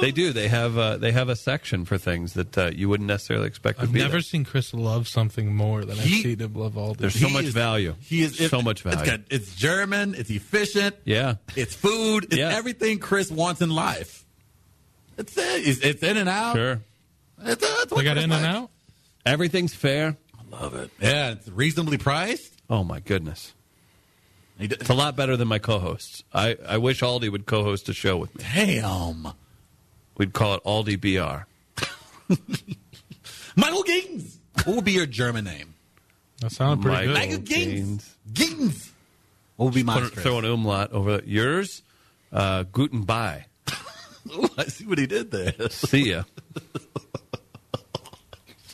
[SPEAKER 3] They do. They have uh, they have a section for things that uh, you wouldn't necessarily expect.
[SPEAKER 4] I've
[SPEAKER 3] would be
[SPEAKER 4] never
[SPEAKER 3] there.
[SPEAKER 4] seen Chris love something more than I've
[SPEAKER 2] He-
[SPEAKER 4] seen him love all
[SPEAKER 3] There's
[SPEAKER 4] this.
[SPEAKER 3] so
[SPEAKER 2] He
[SPEAKER 3] much
[SPEAKER 2] is-
[SPEAKER 3] value.
[SPEAKER 2] He is
[SPEAKER 3] so much
[SPEAKER 2] it's
[SPEAKER 3] value.
[SPEAKER 2] got- it's German. It's efficient.
[SPEAKER 3] Yeah.
[SPEAKER 2] It's food. It's
[SPEAKER 3] Yeah.
[SPEAKER 2] everything Chris wants in life. It's it. It's, it's in and out.
[SPEAKER 3] Sure.
[SPEAKER 2] It's, uh, it's what
[SPEAKER 4] They got
[SPEAKER 2] Chris
[SPEAKER 4] in and
[SPEAKER 2] likes.
[SPEAKER 4] out?
[SPEAKER 3] Everything's fair.
[SPEAKER 2] Love it. Yeah, it's reasonably priced.
[SPEAKER 3] Oh my goodness.
[SPEAKER 2] He d-
[SPEAKER 3] It's a lot better than my co-hosts. I, I wish Aldi would co-host a show with me.
[SPEAKER 2] Damn.
[SPEAKER 3] We'd call it Aldi BR.
[SPEAKER 2] Michael Giggins. What would be your German name?
[SPEAKER 4] That sounded pretty
[SPEAKER 3] Mike-
[SPEAKER 2] Michael
[SPEAKER 4] good.
[SPEAKER 2] Giggins.
[SPEAKER 3] Giggins.
[SPEAKER 2] Giggins. What would be
[SPEAKER 3] Put,
[SPEAKER 2] mine? Chris?
[SPEAKER 3] throw an umlaut over that. Yours, uh, guten bye.
[SPEAKER 2] Ooh, I see what he did there.
[SPEAKER 3] See ya.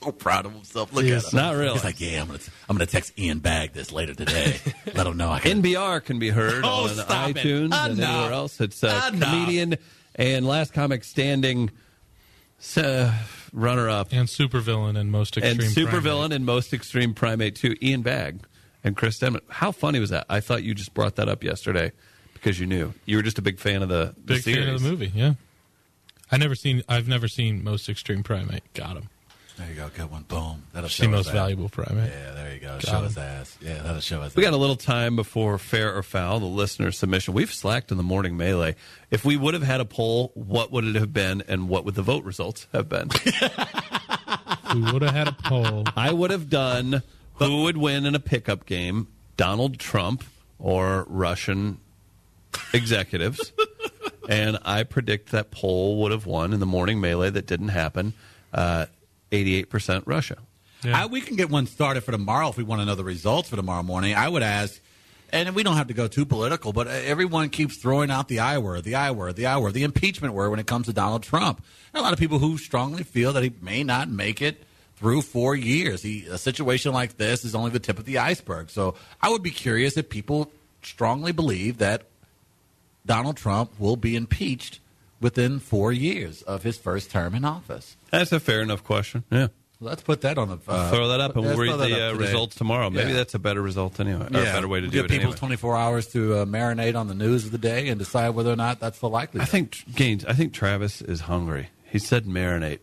[SPEAKER 2] So proud of himself. Look
[SPEAKER 3] Yes.
[SPEAKER 2] at him.
[SPEAKER 3] Not really.
[SPEAKER 2] He's like, yeah, I'm gonna, I'm gonna text Ian Bag this later today. Let him know I can.
[SPEAKER 3] NBR can be heard
[SPEAKER 2] Oh,
[SPEAKER 3] on
[SPEAKER 2] stop it.
[SPEAKER 3] iTunes and
[SPEAKER 2] Enough.
[SPEAKER 3] anywhere else. It's uh,
[SPEAKER 2] Enough.
[SPEAKER 3] comedian and last comic standing uh, runner-up
[SPEAKER 4] And supervillain and most extreme.
[SPEAKER 3] and supervillain and most extreme primate too. Ian Bagg and Chris Denman. How funny was that? I thought you just brought that up yesterday because you knew you were just a big fan of the the
[SPEAKER 4] Big fan of
[SPEAKER 3] series.
[SPEAKER 4] the movie. Yeah, I never seen. I've never seen Most Extreme Primate. Got him.
[SPEAKER 2] There you go. Good one. Boom. That'll show
[SPEAKER 4] See
[SPEAKER 2] us
[SPEAKER 4] Most
[SPEAKER 2] that.
[SPEAKER 4] Valuable Primate.
[SPEAKER 2] Yeah, there you go. Show
[SPEAKER 4] him.
[SPEAKER 2] his ass. Yeah, that'll show us.
[SPEAKER 3] We
[SPEAKER 2] that.
[SPEAKER 3] got a little time before fair or foul, the listener submission. We've slacked in the morning melee. If we would have had a poll, what would it have been, and what would the vote results have been?
[SPEAKER 4] We would have had a poll.
[SPEAKER 3] I would have done who would win in a pickup game, Donald Trump or Russian executives. and I predict that poll would have won in the morning melee that didn't happen. Uh, 88% Russia.
[SPEAKER 4] Yeah.
[SPEAKER 2] I, we can get one started for tomorrow if we want to know the results for tomorrow morning. I would ask, and we don't have to go too political, but uh, everyone keeps throwing out the I word, the I word, the I word, the impeachment word when it comes to Donald Trump. There are a lot of people who strongly feel that he may not make it through four years. He, a situation like this is only the tip of the iceberg. So I would be curious if people strongly believe that Donald Trump will be impeached within four years of his first term in office.
[SPEAKER 3] That's a fair enough question. Yeah.
[SPEAKER 2] Let's put that on the uh,
[SPEAKER 3] throw that up and
[SPEAKER 2] let's
[SPEAKER 3] we'll read
[SPEAKER 2] throw that
[SPEAKER 3] the uh,
[SPEAKER 2] up today.
[SPEAKER 3] results tomorrow. Maybe
[SPEAKER 2] Yeah.
[SPEAKER 3] that's a better result anyway, or a better way to
[SPEAKER 2] We'll
[SPEAKER 3] do
[SPEAKER 2] give
[SPEAKER 3] it.
[SPEAKER 2] people
[SPEAKER 3] Anyway.
[SPEAKER 2] 24 hours to uh, marinate on the news of the day and decide whether or not that's the
[SPEAKER 3] I
[SPEAKER 2] likelihood.
[SPEAKER 3] think Gaines. I think Travis is hungry. He said marinate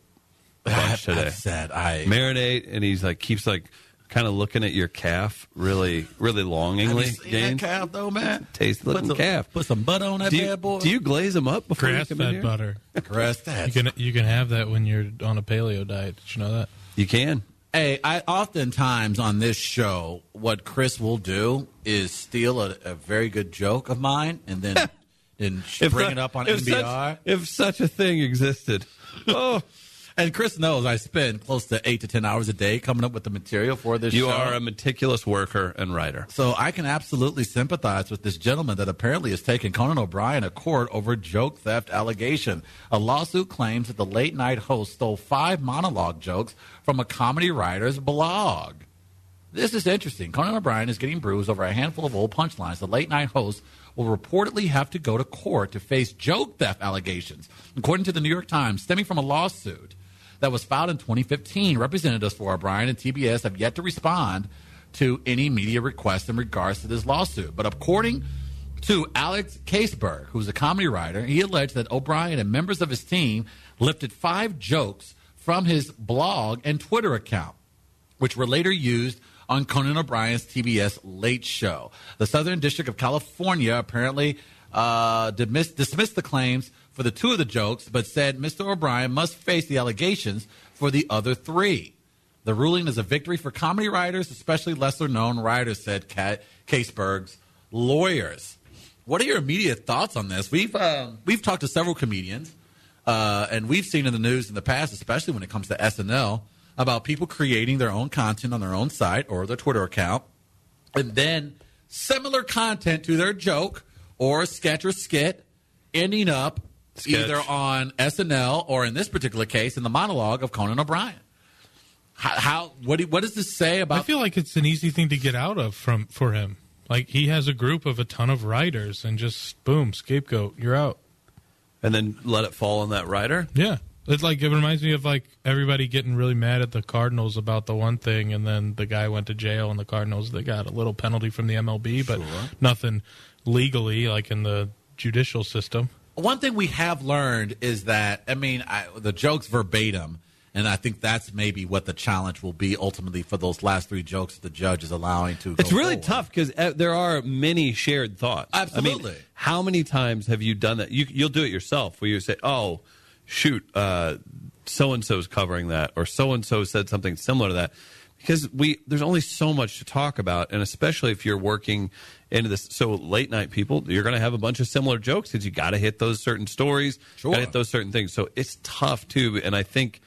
[SPEAKER 3] a bunch
[SPEAKER 2] I've- I've
[SPEAKER 3] today.
[SPEAKER 2] said I.
[SPEAKER 3] marinate and he's like keeps like kind of looking at your calf really really
[SPEAKER 2] Have you
[SPEAKER 3] longingly
[SPEAKER 2] seen that
[SPEAKER 3] James.
[SPEAKER 2] calf though, man.
[SPEAKER 3] tasty
[SPEAKER 2] Put
[SPEAKER 3] looking
[SPEAKER 2] some-
[SPEAKER 3] calf.
[SPEAKER 2] Put some butter on that
[SPEAKER 3] do you,
[SPEAKER 2] bad boy.
[SPEAKER 3] do you glaze them up before
[SPEAKER 4] Grass
[SPEAKER 3] you come in
[SPEAKER 4] fed
[SPEAKER 3] here?
[SPEAKER 4] butter.
[SPEAKER 2] Grass that.
[SPEAKER 4] You can you can have that when you're on a paleo diet. Did you know that?
[SPEAKER 3] you can
[SPEAKER 2] Hey, I oftentimes on this show, what Chris will do is steal a, a very good joke of mine and then and bring
[SPEAKER 3] su-
[SPEAKER 2] it up on
[SPEAKER 3] if
[SPEAKER 2] NBR.
[SPEAKER 3] such, if such a thing existed oh
[SPEAKER 2] and Chris knows I spend close to eight to ten hours a day coming up with the material for this.
[SPEAKER 3] you
[SPEAKER 2] show.
[SPEAKER 3] are a meticulous worker and writer
[SPEAKER 2] So I can absolutely sympathize with this gentleman that apparently is taking Conan O'Brien to court over joke theft allegation. A lawsuit claims that the late night host stole five monologue jokes from a comedy writer's blog. This is interesting. Conan O'Brien is getting bruised over a handful of old punchlines. The late night host will reportedly have to go to court to face joke theft allegations, according to the New York Times, stemming from a lawsuit that was filed in 2015. Representatives for O'Brien and TBS have yet to respond to any media requests in regards to this lawsuit. But according to Alex Caseberg, who's a comedy writer, he alleged that O'Brien and members of his team lifted five jokes from his blog and Twitter account which were later used on Conan O'Brien's TBS Late Show. The Southern District of California apparently uh, dismissed, dismissed the claims for the two of the jokes, but said Mr. O'Brien must face the allegations for the other three. The ruling is a victory for comedy writers, especially lesser known writers, said Kat Caseberg's lawyers. What are your immediate thoughts on this? We've, um, we've talked to several comedians uh, and we've seen in the news in the past, especially when it comes to SNL, about people creating their own content on their own site or their Twitter account, and then similar content to their joke or sketch or skit ending up
[SPEAKER 3] Sketch.
[SPEAKER 2] either on SNL or in this particular case in the monologue of Conan O'Brien. How, how what do, what does this say
[SPEAKER 4] I
[SPEAKER 2] about
[SPEAKER 4] feel like it's an easy thing to get out of from for him. Like he has a group of a ton of writers, and just boom, scapegoat, you're out.
[SPEAKER 3] and then let it fall on that writer
[SPEAKER 4] Yeah. It's like it reminds me of like everybody getting really mad at the Cardinals about the one thing, and then the guy went to jail, and the Cardinals they got a little penalty from the MLB, but nothing legally like in the judicial system.
[SPEAKER 2] one thing we have learned is that I mean I, the jokes verbatim, and I think that's maybe what the challenge will be ultimately for those last three jokes that the judge is allowing to.
[SPEAKER 3] It's
[SPEAKER 2] go
[SPEAKER 3] really
[SPEAKER 2] forward.
[SPEAKER 3] tough because uh, there are many shared thoughts. I mean,
[SPEAKER 2] Absolutely.
[SPEAKER 3] how many times have you done that? You, you'll do it yourself where you say, oh, shoot, so and so's covering that, or so and so said something similar to that. Because we there's only so much to talk about, and especially if you're working into this, so late night people, you're going to have a bunch of similar jokes because you got to hit those certain stories,
[SPEAKER 2] Sure.
[SPEAKER 3] got to hit those certain things. So it's tough too, and I think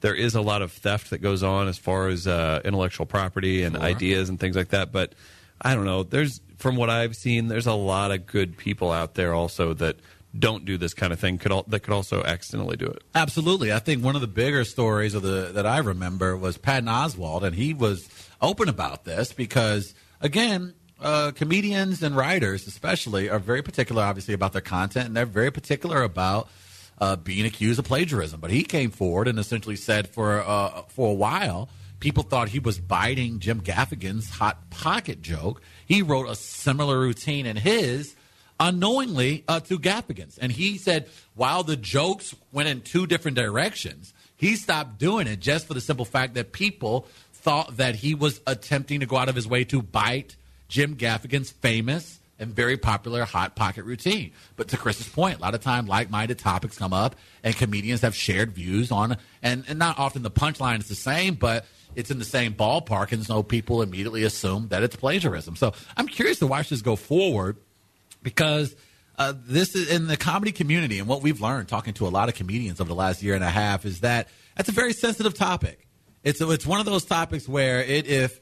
[SPEAKER 3] there is a lot of theft that goes on as far as uh, intellectual property and ideas and things like that. But I don't know. There's from what I've seen, there's a lot of good people out there also that don't do this kind of thing. Could al- that could also accidentally do it.
[SPEAKER 2] Absolutely, I think one of the bigger stories of the that I remember was Patton Oswald, and he was open about this because again, uh, comedians and writers especially are very particular, obviously, about their content, and they're very particular about uh, being accused of plagiarism. But he came forward and essentially said, for uh, for a while, People thought he was biting Jim Gaffigan's hot pocket joke. He wrote a similar routine in his unknowingly uh, to Gaffigan's. And he said, while the jokes went in two different directions, he stopped doing it just for the simple fact that people thought that he was attempting to go out of his way to bite Jim Gaffigan's famous and very popular hot pocket routine. But to Chris's point, a lot of time like-minded topics come up, and comedians have shared views on, and, and not often the punchline is the same, but it's in the same ballpark, and so people immediately assume that it's plagiarism. So I'm curious to watch this go forward because uh, this is in the comedy community, and what we've learned talking to a lot of comedians over the last year and a half is that that's a very sensitive topic. It's it's one of those topics where it if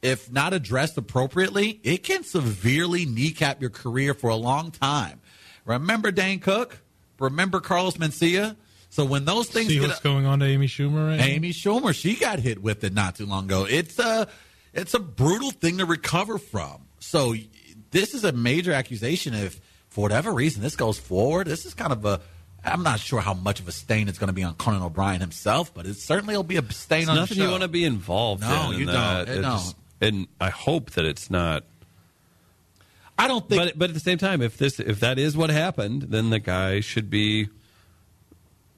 [SPEAKER 2] if not addressed appropriately, it can severely kneecap your career for a long time. Remember Dane Cook? Remember Carlos Mencia? So when those things
[SPEAKER 4] See
[SPEAKER 2] get
[SPEAKER 4] what's going on to Amy Schumer right now?
[SPEAKER 2] Amy Schumer, she got hit with it not too long ago. It's a it's a brutal thing to recover from. So y- this is a major accusation. If for whatever reason this goes forward, this is kind of a I'm not sure how much of a stain it's going to be on Conan O'Brien himself, but it certainly will be a stain
[SPEAKER 3] It's
[SPEAKER 2] on
[SPEAKER 3] nothing
[SPEAKER 2] the show.
[SPEAKER 3] you want to be involved in.
[SPEAKER 2] No,
[SPEAKER 3] in
[SPEAKER 2] you
[SPEAKER 3] that.
[SPEAKER 2] don't.
[SPEAKER 3] It
[SPEAKER 2] No.
[SPEAKER 3] just- and I hope that it's not.
[SPEAKER 2] I don't think.
[SPEAKER 3] But but at the same time, if this if that is what happened, then the guy should be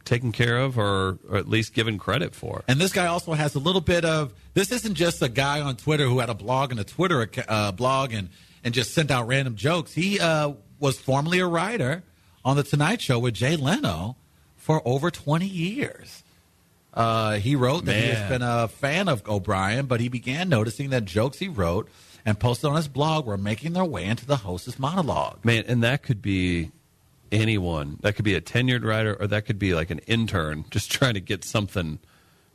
[SPEAKER 3] taken care of, or, or at least given credit for.
[SPEAKER 2] And this guy also has a little bit of this isn't just a guy on Twitter who had a blog and a Twitter acc- uh, blog and and just sent out random jokes. He uh, was formerly a writer on the Tonight Show with Jay Leno for over 20 years. Uh, he wrote that he has been a fan of O'Brien, but he began noticing that jokes he wrote and posted on his blog were making their way into the host's monologue.
[SPEAKER 3] Man, and that could be anyone. That could be a tenured writer, or that could be like an intern just trying to get something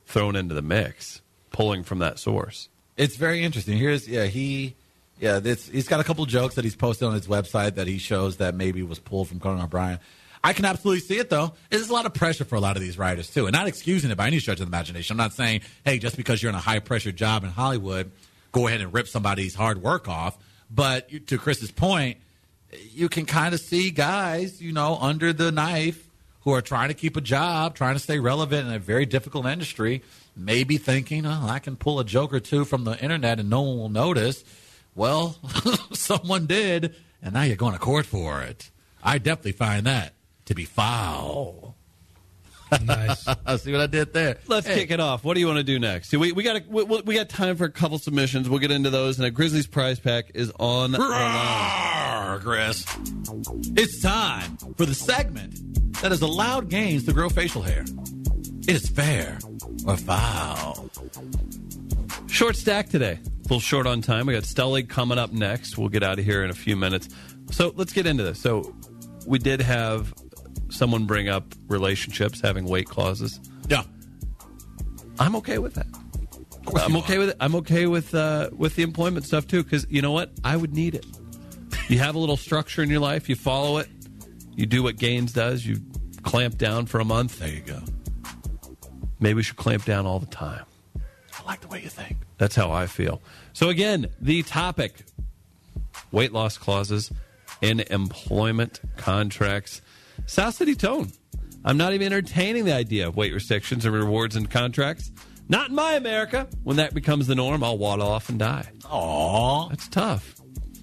[SPEAKER 3] thrown into the mix, pulling from that source.
[SPEAKER 2] It's very interesting. Here's yeah he yeah this he's got a couple jokes that he's posted on his website that he shows that maybe was pulled from Conan O'Brien. I can absolutely see it though. It's a lot of pressure for a lot of these writers too, and not excusing it by any stretch of the imagination. I'm not saying hey just because you're in a high pressure job in Hollywood, go ahead and rip somebody's hard work off. But you- to Chris's point, you can kind of see guys you know under the knife who are trying to keep a job, trying to stay relevant in a very difficult industry, maybe thinking, oh, I can pull a joke or two from the internet and no one will notice. Well, someone did, and now you're going to court for it. I definitely find that to be foul.
[SPEAKER 4] Nice.
[SPEAKER 2] I see what I did there.
[SPEAKER 3] Let's kick it off. What do you want to do next? See, we we got we, we we got time for a couple submissions. We'll get into those, and a Grizzlies prize pack is on. the line.
[SPEAKER 2] Roar, Chris. It's time for the segment that has allowed games to grow facial hair. It is fair or foul.
[SPEAKER 3] Short stack today. A little short on time. We got Stellig coming up next. We'll get out of here in a few minutes. So let's get into this. So we did have someone bring up relationships having weight clauses.
[SPEAKER 2] Yeah.
[SPEAKER 3] I'm okay with that. I'm okay with it. I'm okay with uh, with the employment stuff too, because you know what? I would need it. You have a little structure in your life. You follow it. You do what Gaines does. You clamp down for a month.
[SPEAKER 2] There you go.
[SPEAKER 3] Maybe we should clamp down all the time.
[SPEAKER 2] I like the way you think.
[SPEAKER 3] That's how I feel. So again, the topic: weight loss clauses in employment contracts. South City Tone. I'm not even entertaining the idea of weight restrictions and rewards in contracts. Not in my America. When that becomes the norm, I'll waddle off and die.
[SPEAKER 2] Aw.
[SPEAKER 3] That's tough.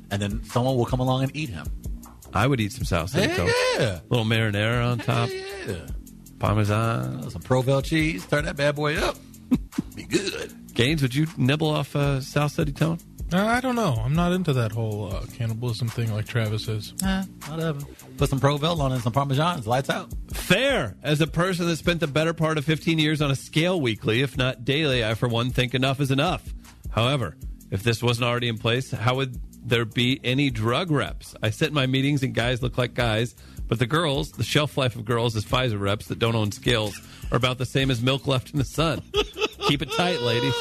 [SPEAKER 2] And then someone will come along and eat him.
[SPEAKER 3] I would eat some South City
[SPEAKER 2] Hey,
[SPEAKER 3] Tone.
[SPEAKER 2] yeah.
[SPEAKER 3] Little marinara on top,
[SPEAKER 2] Yeah.
[SPEAKER 3] parmesan.
[SPEAKER 2] Some Provel cheese. Turn that bad boy up. Be good.
[SPEAKER 3] Gaines, would you nibble off uh, South City Tone?
[SPEAKER 4] Uh, I don't know. I'm not into that whole uh, cannibalism thing like Travis is.
[SPEAKER 2] Eh, whatever. Put some Provel on it and some Parmesans. Lights out.
[SPEAKER 3] Fair. As a person that spent the better part of 15 years on a scale weekly, if not daily, I for one think enough is enough. However, if this wasn't already in place, how would there be any drug reps? I sit in my meetings and guys look like guys, but the girls, the shelf life of girls is Pfizer reps that don't own scales are about the same as milk left in the sun. Keep it tight, ladies.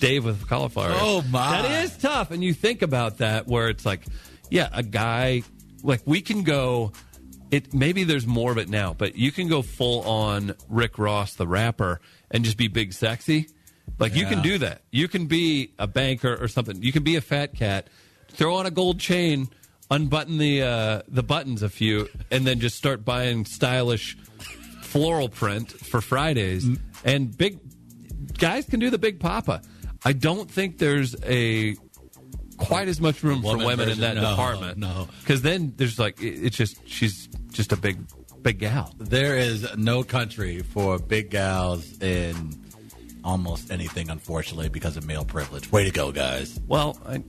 [SPEAKER 3] Dave with cauliflower. ears.
[SPEAKER 2] Oh, my.
[SPEAKER 3] That is tough. And you think about that where it's like, yeah, a guy like we can go it maybe there's more of it now, but you can go full on Rick Ross the rapper and just be big sexy. Like you can
[SPEAKER 2] Yeah.
[SPEAKER 3] do that. You can be a banker or something. You can be a fat cat, throw on a gold chain, unbutton the uh, the buttons a few, and then just start buying stylish floral print for Fridays and big guys can do the big papa. I don't think there's a quite as much room
[SPEAKER 2] Woman
[SPEAKER 3] for women in
[SPEAKER 2] version,
[SPEAKER 3] that
[SPEAKER 2] no,
[SPEAKER 3] department.
[SPEAKER 2] no.
[SPEAKER 3] because then there's like it- it's just she's just a big big gal.
[SPEAKER 2] There is no country for big gals in almost anything, unfortunately, because of male privilege. Way to go, guys.
[SPEAKER 3] Well, I,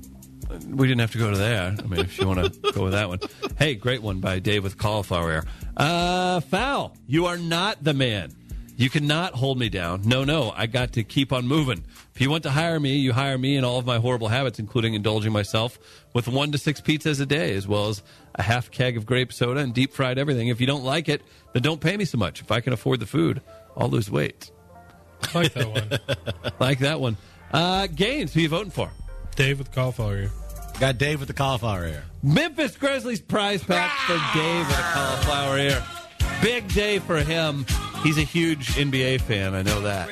[SPEAKER 3] we didn't have to go to there. I mean, if you want to go with that one. Hey, great one by Dave with cauliflower ear. Uh, foul. You are not the man. You cannot hold me down. No, no, I got to keep on moving. If you want to hire me, you hire me and all of my horrible habits, including indulging myself with one to six pizzas a day, as well as a half keg of grape soda and deep fried everything. If you don't like it, then don't pay me so much. If I can afford the food, I'll lose weight.
[SPEAKER 4] I like that one.
[SPEAKER 3] Like that one. Uh, Gaines, who you voting for?
[SPEAKER 4] Dave with cauliflower.
[SPEAKER 2] Got Dave with the cauliflower ear.
[SPEAKER 3] Memphis Grizzlies prize pack for Dave with a cauliflower ear. Big day for him. He's a huge NBA fan. I know that.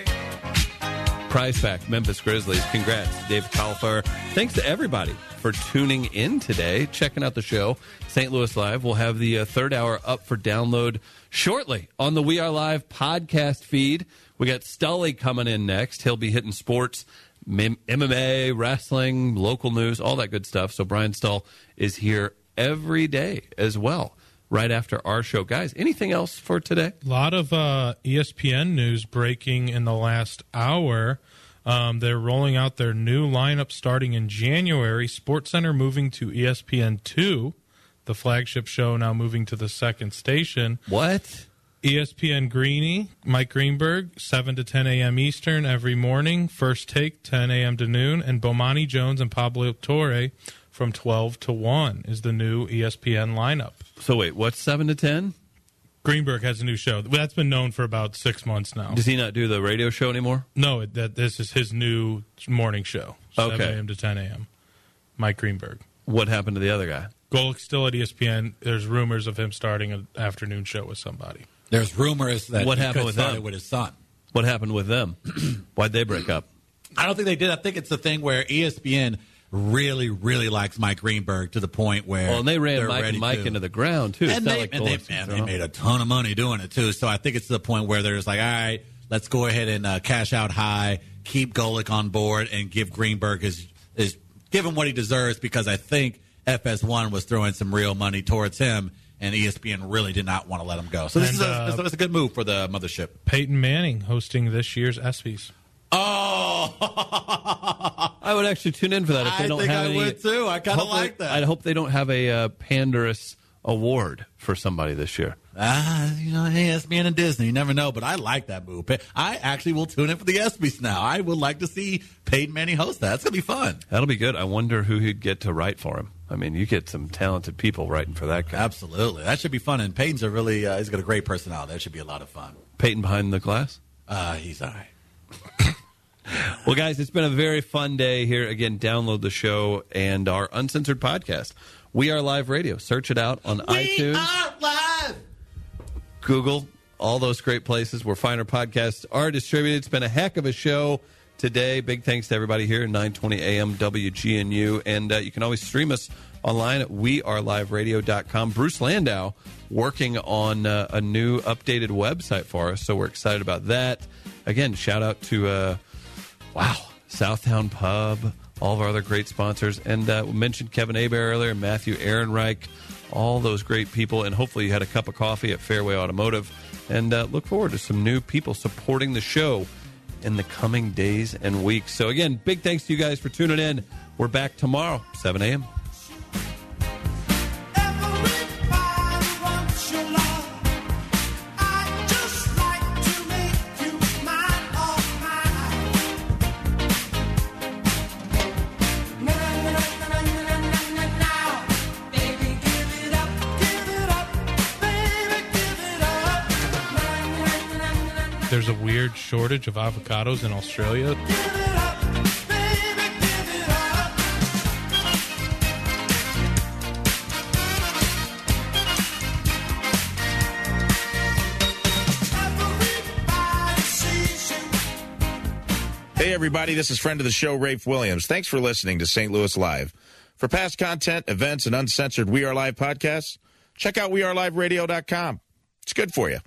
[SPEAKER 3] Prize pack, Memphis Grizzlies. Congrats, Dave with Cauliflower. Thanks to everybody for tuning in today, checking out the show. St. Louis Live. We'll have the uh, third hour up for download shortly on the We Are Live podcast feed. We got Stully coming in next. He'll be hitting sports, mim- MMA, wrestling, local news, all that good stuff. So Brian Stull is here every day as well, right after our show. Guys, anything else for today?
[SPEAKER 4] A lot of uh, ESPN news breaking in the last hour. Um, they're rolling out their new lineup starting in January. SportsCenter moving to E ESPN two, the flagship show now moving to the second station. E
[SPEAKER 3] What?
[SPEAKER 4] ESPN Greeny, Mike Greenberg, 7 to 10 a.m. Eastern every morning. First take, 10 a.m. to noon. And Bomani Jones and Pablo Torre from 12 to 1 is the new E ESPN lineup.
[SPEAKER 3] So wait, what's 7 to 10?
[SPEAKER 4] Greenberg has a new show. That's been known for about six months now.
[SPEAKER 3] Does he not do the radio show anymore?
[SPEAKER 4] No, it- that this is his new morning show, 7
[SPEAKER 3] Okay.
[SPEAKER 4] a.m. to 10 a.m. Mike Greenberg.
[SPEAKER 3] What happened to the other guy?
[SPEAKER 4] Golick's still at E ESPN. There's rumors of him starting an afternoon show with somebody.
[SPEAKER 2] There's rumors that
[SPEAKER 3] What
[SPEAKER 2] he
[SPEAKER 3] happened
[SPEAKER 2] could
[SPEAKER 3] with
[SPEAKER 2] start
[SPEAKER 3] them?
[SPEAKER 2] it with his son.
[SPEAKER 3] What happened with them? Why'd they break up?
[SPEAKER 2] I don't think they did. I think it's the thing where E ESPN really, really likes Mike Greenberg to the point where
[SPEAKER 3] Well, and they ran
[SPEAKER 2] they're
[SPEAKER 3] Mike
[SPEAKER 2] ready
[SPEAKER 3] and Mike
[SPEAKER 2] to-
[SPEAKER 3] into the ground too. It's
[SPEAKER 2] and
[SPEAKER 3] not
[SPEAKER 2] they,
[SPEAKER 3] like
[SPEAKER 2] and
[SPEAKER 3] oh,
[SPEAKER 2] they-
[SPEAKER 3] it's-
[SPEAKER 2] man,
[SPEAKER 3] I
[SPEAKER 2] they
[SPEAKER 3] don't
[SPEAKER 2] made
[SPEAKER 3] know.
[SPEAKER 2] a ton of money doing it too. So I think it's to the point where they're just like, all right, let's go ahead and uh, cash out high, keep Golick on board, and give Greenberg his is give him what he deserves because I think FS1 was throwing some real money towards him, and E ESPN really did not want to let him go. So this
[SPEAKER 4] And,
[SPEAKER 2] is a,
[SPEAKER 4] uh,
[SPEAKER 2] this is a good move for the mothership.
[SPEAKER 4] Peyton Manning hosting this year's ESPYs.
[SPEAKER 2] Oh,
[SPEAKER 3] I would actually tune in for that if
[SPEAKER 2] I
[SPEAKER 3] they don't
[SPEAKER 2] think
[SPEAKER 3] have
[SPEAKER 2] I
[SPEAKER 3] any.
[SPEAKER 2] would too. I kind of
[SPEAKER 3] Hopefully-
[SPEAKER 2] like that.
[SPEAKER 3] I hope they don't have a uh, pandarus award for somebody this year.
[SPEAKER 2] Ah, you know, hey, ESPN and Disney. You never know, but I like that move. Pe- I actually will tune in for the ESPYs now. I would like to see Peyton Manning host that. That's gonna be fun.
[SPEAKER 3] That'll be good. I wonder who he'd get to write for him. I mean, you get some talented people writing for that guy.
[SPEAKER 2] Absolutely, that should be fun. And Peyton's a really uh, he's got a great personality. That should be a lot of fun.
[SPEAKER 3] Peyton behind the glass.
[SPEAKER 2] Uh, he's all right.
[SPEAKER 3] Well, guys, it's been a very fun day here. Again, download the show and our uncensored podcast. We are live radio. Search it out on iTunes.
[SPEAKER 2] live.
[SPEAKER 3] Google, all those great places where finer podcasts are distributed. It's been a heck of a show today. Big thanks to everybody here at 920 AM WGNU. And uh, you can always stream us online at weareliveradio.com. Bruce Landau working on uh, a new updated website for us, so we're excited about that. Again, shout out to, uh, wow, Southtown Pub, all of our other great sponsors. And uh, we mentioned Kevin Aber earlier, Matthew Ehrenreich, all those great people. And hopefully you had a cup of coffee at Fairway Automotive. And uh, look forward to some new people supporting the show in the coming days and weeks. So, again, big thanks to you guys for tuning in. We're back tomorrow, 7 a.m.
[SPEAKER 5] Everybody wants your love. I just like to make you mine all my life. Now, baby, give it up, give it up, baby, give it up.
[SPEAKER 4] There's a weird shortage of avocados in Australia.
[SPEAKER 5] Give it up, baby, give it up. Everybody sees you.
[SPEAKER 1] Hey, everybody, this is friend of the show, Rafe Williams. Thanks for listening to St. Louis Live. For past content, events, and uncensored We Are Live podcasts, check out weareliveradio.com. It's good for you.